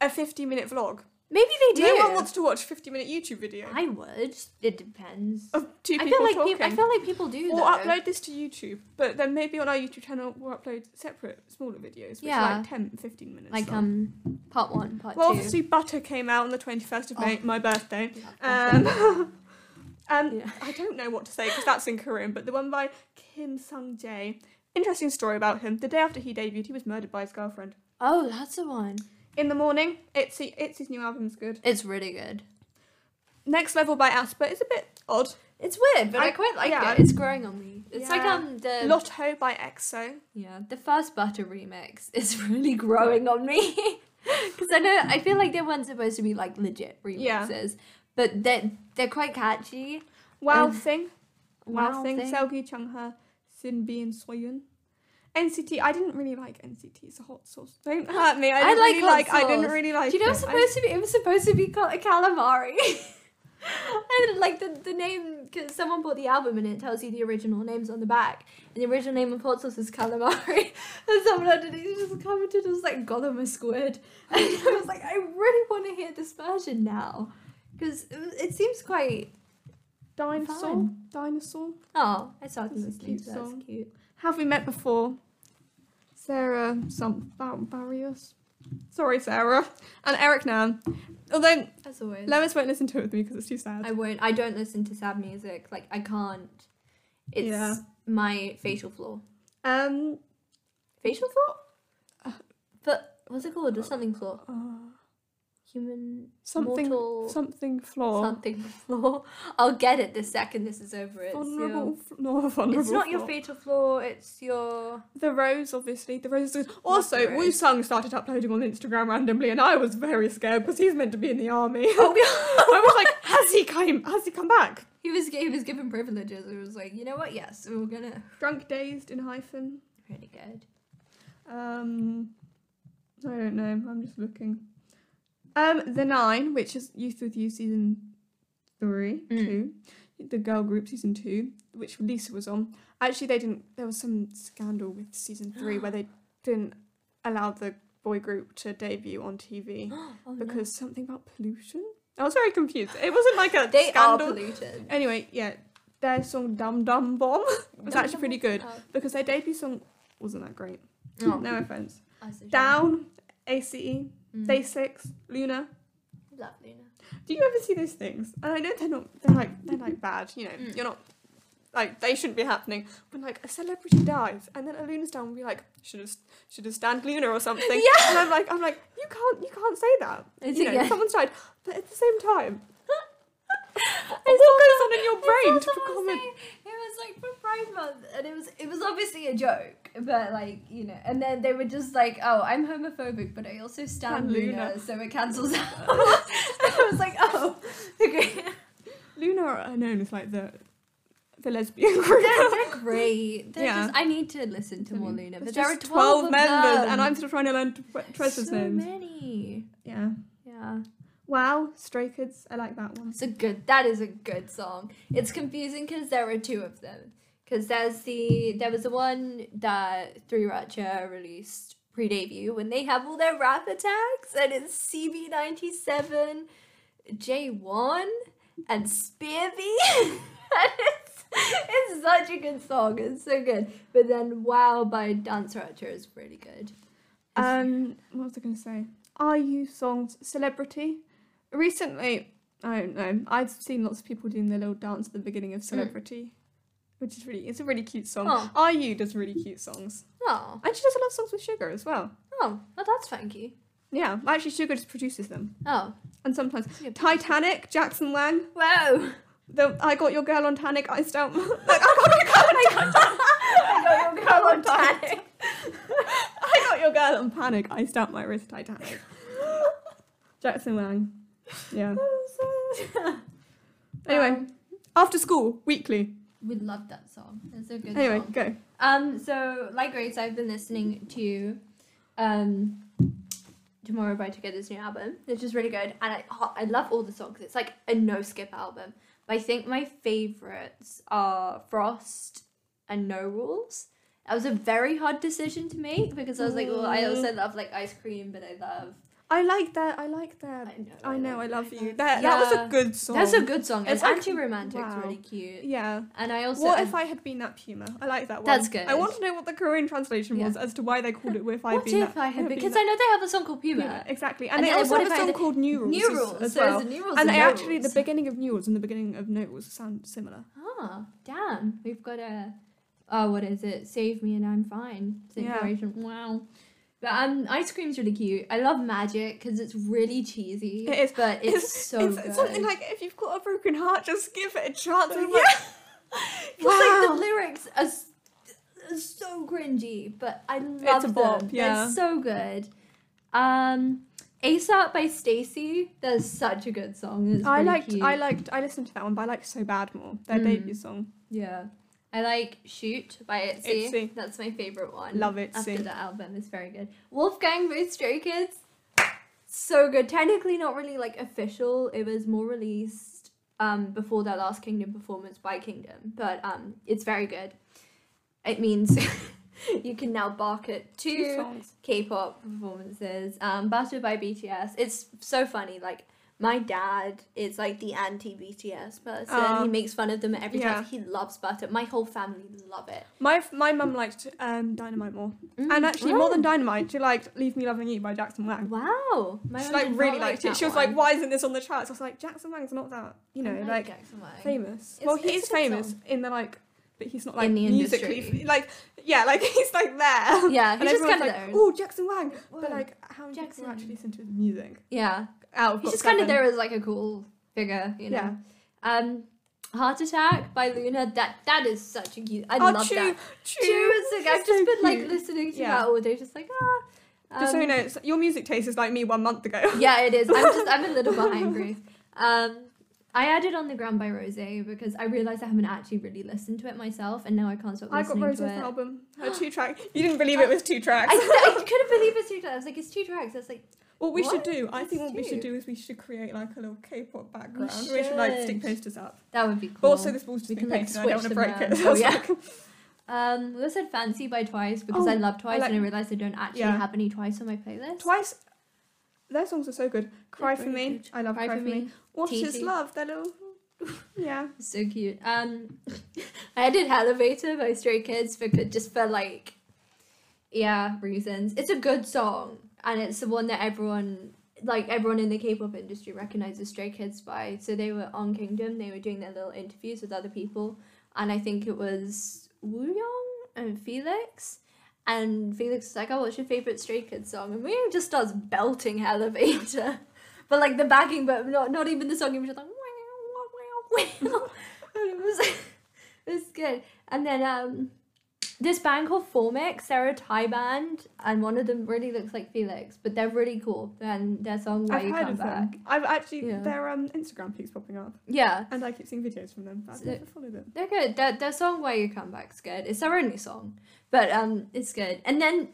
Speaker 2: a 50 minute vlog.
Speaker 1: Maybe they do.
Speaker 2: No one wants to watch a 50 minute YouTube video
Speaker 1: I would. It depends.
Speaker 2: of two
Speaker 1: I
Speaker 2: people
Speaker 1: feel like
Speaker 2: talking.
Speaker 1: people. I feel like people do.
Speaker 2: or
Speaker 1: though.
Speaker 2: upload this to YouTube, but then maybe on our YouTube channel we'll upload separate smaller videos, which
Speaker 1: Yeah.
Speaker 2: are like 10, 15 minutes.
Speaker 1: like
Speaker 2: long.
Speaker 1: um, part one, part
Speaker 2: Well,
Speaker 1: two.
Speaker 2: obviously, Butter came out on the 21st of
Speaker 1: Oh.
Speaker 2: May, my birthday.
Speaker 1: Yeah.
Speaker 2: Um, um,
Speaker 1: Yeah.
Speaker 2: I don't know what to say because that's in Korean, but the one by Kim Sung Jae. Interesting story about him. The day after he debuted, he was murdered by his girlfriend.
Speaker 1: oh, that's the one.
Speaker 2: In the morning, it's it's his new album's good.
Speaker 1: It's really good.
Speaker 2: Next level by Asper is a bit odd.
Speaker 1: It's weird, but I,
Speaker 2: I-
Speaker 1: quite like
Speaker 2: yeah.
Speaker 1: it. It's growing on me. It's like
Speaker 2: Yeah.
Speaker 1: um the
Speaker 2: Lotto by EXO.
Speaker 1: yeah the first butter remix is really growing on me. Because I know I feel like they weren't supposed to be like legit remixes,
Speaker 2: Yeah.
Speaker 1: but they're they're quite catchy.
Speaker 2: Wow
Speaker 1: Um,
Speaker 2: Sing. Wow
Speaker 1: Wow
Speaker 2: Sing.
Speaker 1: Sing.
Speaker 2: Seogyu Changha. Sin Bin Soyun. NCT. I didn't really like NCT as a hot sauce. Don't hurt me. I
Speaker 1: I
Speaker 2: didn't
Speaker 1: like
Speaker 2: really
Speaker 1: hot
Speaker 2: like. I didn't
Speaker 1: sauce.
Speaker 2: really like.
Speaker 1: Do you know
Speaker 2: it.
Speaker 1: it's
Speaker 2: I-
Speaker 1: supposed to be? It was supposed to be called a calamari. and like the, the name, because someone bought the album and it tells you the original names on the back. And the original name of hot sauce is calamari. and someone underneath just commented, it was like Gollum a squid. And I was like, I really want to hear this version now. Because it, was- it seems quite.
Speaker 2: Dinosaur.
Speaker 1: Fine.
Speaker 2: Dinosaur.
Speaker 1: Oh, I started
Speaker 2: That's a
Speaker 1: listening to
Speaker 2: cute
Speaker 1: that. It's
Speaker 2: song.
Speaker 1: cute.
Speaker 2: Have we met before? Sarah some Bar- Barrios. Sorry, Sarah. And Eric Nam. Although
Speaker 1: As always.
Speaker 2: Lois won't listen to it with me because it's too sad.
Speaker 1: I won't. I don't listen to sad music. Like, I can't. It's
Speaker 2: Yeah.
Speaker 1: my facial flaw.
Speaker 2: Um.
Speaker 1: facial flaw? Uh, But what's it called? There's something flaw.
Speaker 2: uh,
Speaker 1: Human
Speaker 2: something.
Speaker 1: mortal
Speaker 2: Something flaw.
Speaker 1: something flaw. I'll get it the second this is over. It's
Speaker 2: vulnerable.
Speaker 1: your,
Speaker 2: fl- no, vulnerable.
Speaker 1: It's not your
Speaker 2: flaw.
Speaker 1: facial flaw. It's your.
Speaker 2: The Rose, obviously. The Rose. Is... Also,
Speaker 1: The
Speaker 2: Wu
Speaker 1: Rose.
Speaker 2: Sung started uploading on Instagram randomly, and I was very scared because he's meant to be in the army.
Speaker 1: Oh
Speaker 2: I was like, has he came? Has he come back?
Speaker 1: He was he was given privileges. It was like you know what? Yes, we're gonna
Speaker 2: Drunk, dazed, in hyphen.
Speaker 1: really good.
Speaker 2: Um, I don't know. I'm just looking. Um, the nine, which is Youth with You season three,
Speaker 1: Mm.
Speaker 2: two, the girl group season two, which Lisa was on. Actually, they didn't. There was some scandal with season three where they didn't allow the boy group to debut on TV
Speaker 1: Oh, no.
Speaker 2: because something about pollution. I was very confused. It wasn't like a
Speaker 1: they
Speaker 2: scandal.
Speaker 1: are polluted.
Speaker 2: anyway, yeah, their song "Dum Dum Bomb" was actually pretty good
Speaker 1: Oh,
Speaker 2: because their debut song wasn't that great.
Speaker 1: oh.
Speaker 2: No offense.
Speaker 1: I see.
Speaker 2: Down, ACE,
Speaker 1: Mm.
Speaker 2: Day Six, Luna.
Speaker 1: Love Luna.
Speaker 2: Do you ever see those things? And I know they're not. They're like they're like bad. You know,
Speaker 1: Mm.
Speaker 2: you're not. Like they shouldn't be happening. When like a celebrity dies, and then a Luna's down, we'll be like, should have should have stand Luna or something.
Speaker 1: Yeah.
Speaker 2: And I'm like, I'm like, you can't you can't say that.
Speaker 1: It's
Speaker 2: you know,
Speaker 1: again-
Speaker 2: someone's died, but at the same time. what
Speaker 1: It's
Speaker 2: goes on in your brain
Speaker 1: That's
Speaker 2: to
Speaker 1: what I
Speaker 2: become
Speaker 1: was
Speaker 2: a
Speaker 1: saying. It was like for Pride Month, and it was it was obviously a joke, but like you know, and then they were just like, "Oh, I'm homophobic, but I also stand
Speaker 2: And Luna.
Speaker 1: Luna, so it cancels out." I was like, "Oh, okay."
Speaker 2: Luna are known as like the the lesbian group.
Speaker 1: they're, they're great. They're
Speaker 2: Yeah.
Speaker 1: just, I need to listen to more Luna,
Speaker 2: There's
Speaker 1: but there are
Speaker 2: just
Speaker 1: twelve,
Speaker 2: members,
Speaker 1: of them.
Speaker 2: and I'm still trying to learn tw- Treasure's
Speaker 1: so
Speaker 2: names.
Speaker 1: many.
Speaker 2: Yeah.
Speaker 1: Yeah,
Speaker 2: Wow, Stray Kids. I like that one.
Speaker 1: it's a good. That is a good song. It's confusing because there are two of them. Because there's the there was the one that Three Ratcha released pre debut when they have all their rap attacks and it's CB ninety seven, J one, and Spearby. and it's, it's such a good song. It's so good. But then Wow by Dance Ratcha is really good.
Speaker 2: Um, what was I going to say? Are you songs celebrity? Recently, I don't know. I've seen lots of people doing their little dance at the beginning of Celebrity, which is really. It's a really cute song.
Speaker 1: Oh.
Speaker 2: Are you does really cute songs,
Speaker 1: Oh,
Speaker 2: and she does a lot of songs with Sugar as well.
Speaker 1: oh, well that's funky.
Speaker 2: Yeah, actually, Sugar just produces them,
Speaker 1: Oh,
Speaker 2: and sometimes
Speaker 1: Yeah.
Speaker 2: Titanic, Jackson Wang.
Speaker 1: whoa.
Speaker 2: The I got your girl on Titanic. I stamp. like, I got your girl on Titanic.
Speaker 1: I got your girl on Titanic.
Speaker 2: I got your girl on panic. I stamped my wrist Titanic. Jackson Wang. Yeah. Anyway,
Speaker 1: Um,
Speaker 2: after school, weekly.
Speaker 1: We love that song. It's a good
Speaker 2: Anyway,
Speaker 1: song.
Speaker 2: go.
Speaker 1: Um, so like Grace, I've been listening to um Tomorrow by Together's new album, which is really good, and I oh, I love all the songs. It's like a no skip album. But I think my favorites are Frost and No Rules. That was a very hard decision to make because I was like, well, I
Speaker 2: Mm.
Speaker 1: also love like ice cream, but I love.
Speaker 2: I like that. I like that.
Speaker 1: I know.
Speaker 2: I know. I love you.
Speaker 1: love-
Speaker 2: That that was
Speaker 1: Yeah.
Speaker 2: a good song.
Speaker 1: That's a good song. It's,
Speaker 2: It's like-
Speaker 1: anti-romantic.
Speaker 2: wow.
Speaker 1: It's really cute.
Speaker 2: Yeah.
Speaker 1: And I also um,
Speaker 2: what if I had been that puma? I like that one.
Speaker 1: That's good.
Speaker 2: I want to know what the Korean translation
Speaker 1: Yeah.
Speaker 2: was as to why they called it "What if I had
Speaker 1: what
Speaker 2: been
Speaker 1: if
Speaker 2: that."
Speaker 1: I had
Speaker 2: been
Speaker 1: because
Speaker 2: that
Speaker 1: I know they have a song called Puma.
Speaker 2: Puma?" Exactly. And,
Speaker 1: And
Speaker 2: they
Speaker 1: then
Speaker 2: also
Speaker 1: what
Speaker 2: have a
Speaker 1: if I
Speaker 2: song
Speaker 1: had-
Speaker 2: called New Rules.
Speaker 1: New
Speaker 2: as-
Speaker 1: rules.
Speaker 2: as
Speaker 1: so there's
Speaker 2: well.
Speaker 1: a new rules.
Speaker 2: and
Speaker 1: no
Speaker 2: they actually the
Speaker 1: rules.
Speaker 2: beginning of New Rules and the beginning of No Rules sound similar.
Speaker 1: Ah, damn. We've got a. Oh, what is it? Save me and I'm fine.
Speaker 2: Yeah.
Speaker 1: Situation. Wow. But um, ice cream's really cute. I love magic because it's really cheesy.
Speaker 2: It is.
Speaker 1: but it's, so
Speaker 2: it's
Speaker 1: good.
Speaker 2: something like if you've got a broken heart, just give it a chance. I'm
Speaker 1: Yeah.
Speaker 2: like,
Speaker 1: 'Cause, like
Speaker 2: Wow.
Speaker 1: the lyrics are, s- are so cringy, but I love
Speaker 2: a bop,
Speaker 1: them.
Speaker 2: yeah.
Speaker 1: It's so good. Um, ASAP by Stacy. That's such a good song. It's
Speaker 2: I
Speaker 1: really
Speaker 2: liked,
Speaker 1: cute.
Speaker 2: I liked, I listened to that one, but I like So Bad more. Their
Speaker 1: Mm.
Speaker 2: debut song.
Speaker 1: Yeah. I like Shoot by Itzy.
Speaker 2: Itzy.
Speaker 1: That's my favorite one.
Speaker 2: Love Itzy.
Speaker 1: After that album is very good. Wolfgang with Stray Kids. So good. Technically not really like official. It was more released um before their last Kingdom performance by Kingdom, but um it's very good. It means you can now bark at
Speaker 2: Two
Speaker 1: two
Speaker 2: songs.
Speaker 1: K-pop performances. Um, Butter by BTS. It's so funny. Like my dad is like the anti BTS person.
Speaker 2: Oh.
Speaker 1: he makes fun of them every
Speaker 2: Yeah.
Speaker 1: time. He loves Butter. My whole family love it.
Speaker 2: My my mum liked um, Dynamite more,
Speaker 1: Mm.
Speaker 2: and actually more
Speaker 1: Oh.
Speaker 2: than Dynamite, she liked "Leave Me Loving You" by Jackson Wang.
Speaker 1: Wow, my
Speaker 2: She
Speaker 1: mum
Speaker 2: like
Speaker 1: did not
Speaker 2: really liked
Speaker 1: that
Speaker 2: it. She was
Speaker 1: one.
Speaker 2: like, "Why isn't this on the charts?" I was like, "Jackson Wang's not that, you know,
Speaker 1: I
Speaker 2: like
Speaker 1: Jackson Wang.
Speaker 2: famous.
Speaker 1: It's-
Speaker 2: well,
Speaker 1: it's a
Speaker 2: he's
Speaker 1: good
Speaker 2: famous
Speaker 1: song.
Speaker 2: in the like, but he's not like
Speaker 1: the
Speaker 2: musically
Speaker 1: industry.
Speaker 2: f- like yeah, like he's like there.
Speaker 1: Yeah,
Speaker 2: and
Speaker 1: he's just
Speaker 2: everyone's
Speaker 1: kind of
Speaker 2: like,
Speaker 1: there.
Speaker 2: "Oh, Jackson Wang," but
Speaker 1: Whoa.
Speaker 2: like, how many
Speaker 1: Jackson.
Speaker 2: people actually listen to his music?
Speaker 1: yeah,
Speaker 2: Out of
Speaker 1: he's
Speaker 2: Got
Speaker 1: just kind of
Speaker 2: Seven.
Speaker 1: there as like a cool figure, you know.
Speaker 2: Yeah.
Speaker 1: Um, Heart Attack by Luna. That that is such a cute. I
Speaker 2: Oh,
Speaker 1: love
Speaker 2: Chu,
Speaker 1: that.
Speaker 2: Chu,
Speaker 1: Chew is like I've
Speaker 2: she's
Speaker 1: just
Speaker 2: so
Speaker 1: been like
Speaker 2: cute.
Speaker 1: listening to
Speaker 2: Yeah.
Speaker 1: that all day, just like ah.
Speaker 2: Just so you
Speaker 1: um,
Speaker 2: know, it's- your music taste is like me one month ago.
Speaker 1: yeah, it is. I'm just I'm a little behind Grace. Um, I added on the ground by Rose because I realized I haven't actually really listened to it myself, and now I can't stop
Speaker 2: I got
Speaker 1: listening
Speaker 2: Rose's
Speaker 1: to it.
Speaker 2: album, her two track. You didn't believe it was two tracks.
Speaker 1: I, I couldn't believe it's two tracks. I was like, it's two tracks. I was like,
Speaker 2: What we should
Speaker 1: What?
Speaker 2: do, I
Speaker 1: That's
Speaker 2: think what we should
Speaker 1: cute.
Speaker 2: do is we should create like a little K-pop background. We should, like stick
Speaker 1: should.
Speaker 2: posters up.
Speaker 1: that would be
Speaker 2: But
Speaker 1: cool.
Speaker 2: also this ball's just
Speaker 1: We
Speaker 2: been
Speaker 1: can, like,
Speaker 2: painted. and I don't
Speaker 1: switch
Speaker 2: want to
Speaker 1: them
Speaker 2: break it.
Speaker 1: around.
Speaker 2: I was
Speaker 1: Oh,
Speaker 2: like,
Speaker 1: um, we also had Fancy by Twice because
Speaker 2: Oh,
Speaker 1: I love Twice,
Speaker 2: like-
Speaker 1: and I realized I don't actually
Speaker 2: Yeah.
Speaker 1: have any Twice on my playlist.
Speaker 2: Twice. Their songs are so good. Cry for
Speaker 1: very
Speaker 2: me.
Speaker 1: good.
Speaker 2: I love Cry, for me. What
Speaker 1: Tea
Speaker 2: is
Speaker 1: Tea.
Speaker 2: love? Their little. Yeah.
Speaker 1: So cute. Um, I did Elevator by Stray Kids because just for like, yeah, reasons. It's a good song, and it's the one that everyone like everyone in the K-pop industry recognizes Stray Kids by. So they were on Kingdom. They were doing their little interviews with other people, and I think it was Woo Young and Felix. And Felix was like, "Oh, what's your favorite Stray Kids song?" And Woo Young just starts belting Elevator, but like the backing, but not not even the song. He was just like, "Wow, wow, wow." and it was it was good. And then um, this band called Formic, Sarah Thai band, and one of them really looks like Felix, but they're really cool. And their song "Why
Speaker 2: I've
Speaker 1: You
Speaker 2: heard
Speaker 1: Come
Speaker 2: of
Speaker 1: Back,"
Speaker 2: them. I've actually
Speaker 1: Yeah.
Speaker 2: their um Instagram keeps popping up,
Speaker 1: yeah,
Speaker 2: and I keep seeing videos from them. But I
Speaker 1: So-
Speaker 2: never follow them.
Speaker 1: they're good. Their their song "Why You Come Back's good. It's their only song, but um, it's good. And then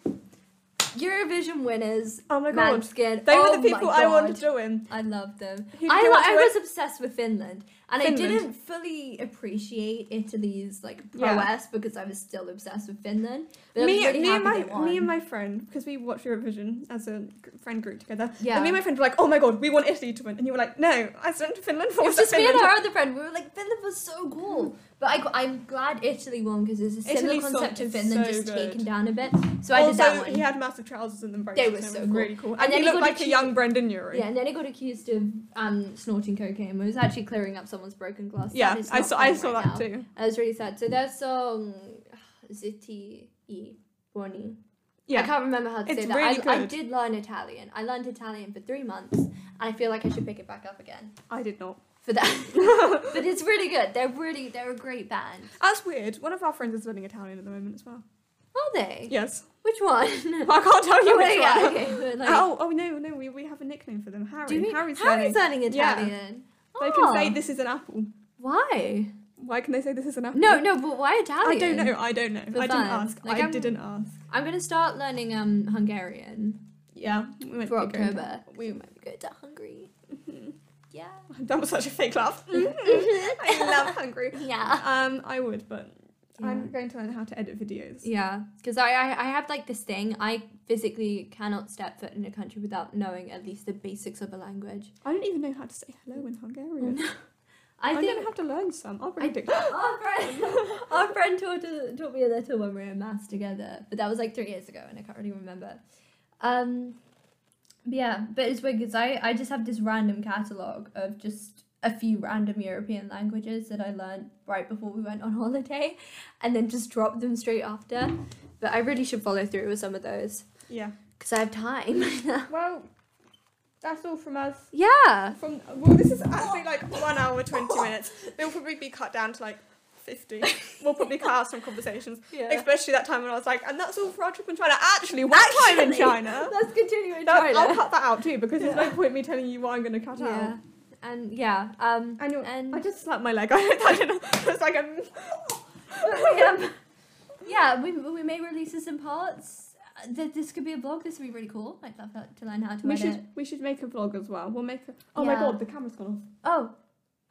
Speaker 1: Eurovision winners,
Speaker 2: Oh my god.
Speaker 1: Manskin.
Speaker 2: They
Speaker 1: oh
Speaker 2: were the
Speaker 1: my
Speaker 2: people I
Speaker 1: God.
Speaker 2: wanted to win.
Speaker 1: I love them.
Speaker 2: Who
Speaker 1: I,
Speaker 2: did you want
Speaker 1: li-
Speaker 2: to
Speaker 1: I
Speaker 2: win?
Speaker 1: was obsessed with Finland, and I
Speaker 2: Finland.
Speaker 1: didn't fully appreciate Italy's like
Speaker 2: Yeah.
Speaker 1: prowess because I was still obsessed with Finland. But I was
Speaker 2: me,
Speaker 1: really
Speaker 2: me and my
Speaker 1: happy they
Speaker 2: me
Speaker 1: won.
Speaker 2: and my friend because we watched Eurovision as a g- friend group together.
Speaker 1: Yeah.
Speaker 2: And me and my friend were like, "Oh my god, we want Italy to win," and you were like, "No, I sent to Finland for
Speaker 1: it was just me
Speaker 2: Finland."
Speaker 1: and our other friend. We were like, Finland was so cool. But I, am glad Italy won because it's a similar
Speaker 2: Italy's song
Speaker 1: concept to
Speaker 2: is
Speaker 1: Finland,
Speaker 2: so
Speaker 1: just
Speaker 2: good.
Speaker 1: taken down a bit. So I
Speaker 2: also,
Speaker 1: did that one.
Speaker 2: he had massive trousers and then braces.
Speaker 1: They
Speaker 2: and
Speaker 1: were
Speaker 2: it was
Speaker 1: so cool.
Speaker 2: really cool. And,
Speaker 1: then
Speaker 2: he
Speaker 1: he
Speaker 2: looked
Speaker 1: got
Speaker 2: like a
Speaker 1: accused-
Speaker 2: young Brendan Urie.
Speaker 1: Yeah, and then he got accused of um, snorting cocaine. It was actually clearing up someone's broken glass.
Speaker 2: Yeah,
Speaker 1: That is
Speaker 2: I
Speaker 1: not
Speaker 2: saw I
Speaker 1: fun
Speaker 2: saw
Speaker 1: right
Speaker 2: that
Speaker 1: now.
Speaker 2: too.
Speaker 1: I was really sad. So that song, Zitti e Buoni. I
Speaker 2: Yeah,
Speaker 1: can't remember how to
Speaker 2: It's
Speaker 1: say that.
Speaker 2: really
Speaker 1: I, I
Speaker 2: good.
Speaker 1: did learn Italian. I learned Italian for three months, and I feel like I should pick it back up again
Speaker 2: I did not.
Speaker 1: for that. but it's really good. They're really they're a great band.
Speaker 2: That's weird. One of our friends is learning Italian at the moment as well.
Speaker 1: Are they?
Speaker 2: Yes,
Speaker 1: Which one?
Speaker 2: I can't tell you which
Speaker 1: Oh, yeah,
Speaker 2: one.
Speaker 1: okay. but like,
Speaker 2: oh, oh no, no, we, we have a nickname for them. Harry.
Speaker 1: do we,
Speaker 2: Harry's
Speaker 1: Harry's,
Speaker 2: learning.
Speaker 1: learning
Speaker 2: Yeah.
Speaker 1: Italian.
Speaker 2: They can say
Speaker 1: Oh,
Speaker 2: this is an apple.
Speaker 1: Why?
Speaker 2: Why can they say this is an apple?
Speaker 1: No, no, but why Italian?
Speaker 2: I don't know. I don't know.
Speaker 1: For
Speaker 2: I didn't
Speaker 1: fun.
Speaker 2: ask.
Speaker 1: Like,
Speaker 2: I
Speaker 1: I'm-
Speaker 2: didn't ask.
Speaker 1: I'm gonna start learning um Hungarian
Speaker 2: Yeah, we went
Speaker 1: for
Speaker 2: to go-
Speaker 1: October.
Speaker 2: We,
Speaker 1: might be going to Hungary. Yeah.
Speaker 2: that was such a fake laugh. I love Hungary.
Speaker 1: Yeah.
Speaker 2: Um, I would, but
Speaker 1: Yeah.
Speaker 2: I'm going to learn how to edit videos.
Speaker 1: Yeah, because I, I I have like this thing. I physically cannot step foot in a country without knowing at least the basics of a language.
Speaker 2: I don't even know how to say hello in Hungarian.
Speaker 1: Mm-hmm. I
Speaker 2: I'm
Speaker 1: think
Speaker 2: gonna have to learn some. I'll bring
Speaker 1: I-
Speaker 2: a big-
Speaker 1: our friend our friend taught, taught me a little when we were in maths together, but that was like three years ago, and I can't really remember. Um, but yeah, but it's weird because I I just have this random catalog of just a few random European languages that I learned right before we went on holiday, and then just dropped them straight after. But I really should follow through with some of those.
Speaker 2: Yeah.
Speaker 1: Because I have time.
Speaker 2: Well, that's all from us.
Speaker 1: yeah.
Speaker 2: From well, this is actually like one hour twenty minutes. It'll probably be cut down to like 50, we'll probably have some conversations.
Speaker 4: Yeah.
Speaker 2: Especially that time when I was like, and that's all for our trip in China. Actually, one time in
Speaker 4: Actually,
Speaker 2: China.
Speaker 4: Let's continue in
Speaker 2: That- I'll
Speaker 4: China.
Speaker 2: cut that out too because there's no point me telling you what I'm going to cut
Speaker 4: Yeah.
Speaker 2: out.
Speaker 4: And yeah, um,
Speaker 2: I know.
Speaker 4: and
Speaker 2: I just slapped my leg. I hope that didn't. It's like um, a.
Speaker 4: we, um,
Speaker 1: yeah, we, we may release this in parts. Uh, th- This could be a vlog. This would be really cool. I'd love to learn how to
Speaker 2: We
Speaker 1: edit.
Speaker 2: should we should make a vlog as well. We'll make. A, oh my
Speaker 1: Yeah.
Speaker 2: god, the camera's gone off.
Speaker 1: Oh,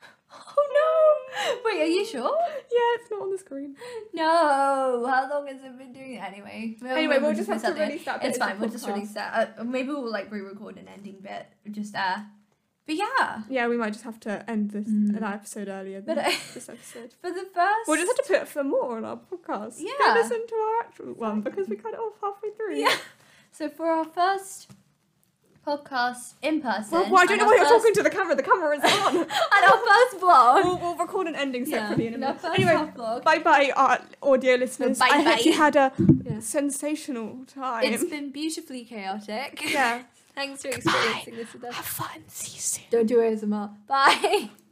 Speaker 2: Oh
Speaker 1: wait, are you sure?
Speaker 2: no! Yeah, it's not on the screen.
Speaker 1: No. How long has it been doing it anyway? Oh, We'll-
Speaker 2: anyway, we'll
Speaker 1: we'll
Speaker 2: just have
Speaker 1: post
Speaker 2: to
Speaker 1: that there.
Speaker 2: release that. bit
Speaker 1: It's
Speaker 2: as a
Speaker 1: fine. We'll just
Speaker 2: podcast.
Speaker 1: release that. Uh, maybe we'll like re-record an ending bit just there. But yeah,
Speaker 2: Yeah, we might just have to end this
Speaker 1: Mm.
Speaker 2: that episode earlier than
Speaker 1: but uh,
Speaker 2: this episode.
Speaker 1: for the first,
Speaker 2: We'll just have to put for more on our podcast.
Speaker 1: Yeah.
Speaker 2: Go listen to our actual one because we cut it off halfway through.
Speaker 1: Yeah. so for our first podcast in person.
Speaker 2: Well, well, I don't
Speaker 1: and
Speaker 2: know
Speaker 1: our
Speaker 2: why you're
Speaker 1: first-
Speaker 2: talking to the camera. The camera is on.
Speaker 1: And our first vlog.
Speaker 2: we'll, we'll record an ending separately in a
Speaker 1: and our
Speaker 2: minute.
Speaker 1: first
Speaker 2: Anyway,
Speaker 1: half vlog.
Speaker 2: bye bye, our audio listeners. I hope
Speaker 1: bye-bye.
Speaker 2: you had a
Speaker 4: Yeah.
Speaker 2: sensational time.
Speaker 4: it's been beautifully chaotic.
Speaker 2: yeah.
Speaker 4: Thanks for experiencing this with us.
Speaker 2: Have fun. See you soon.
Speaker 4: Don't do ASMR. Bye.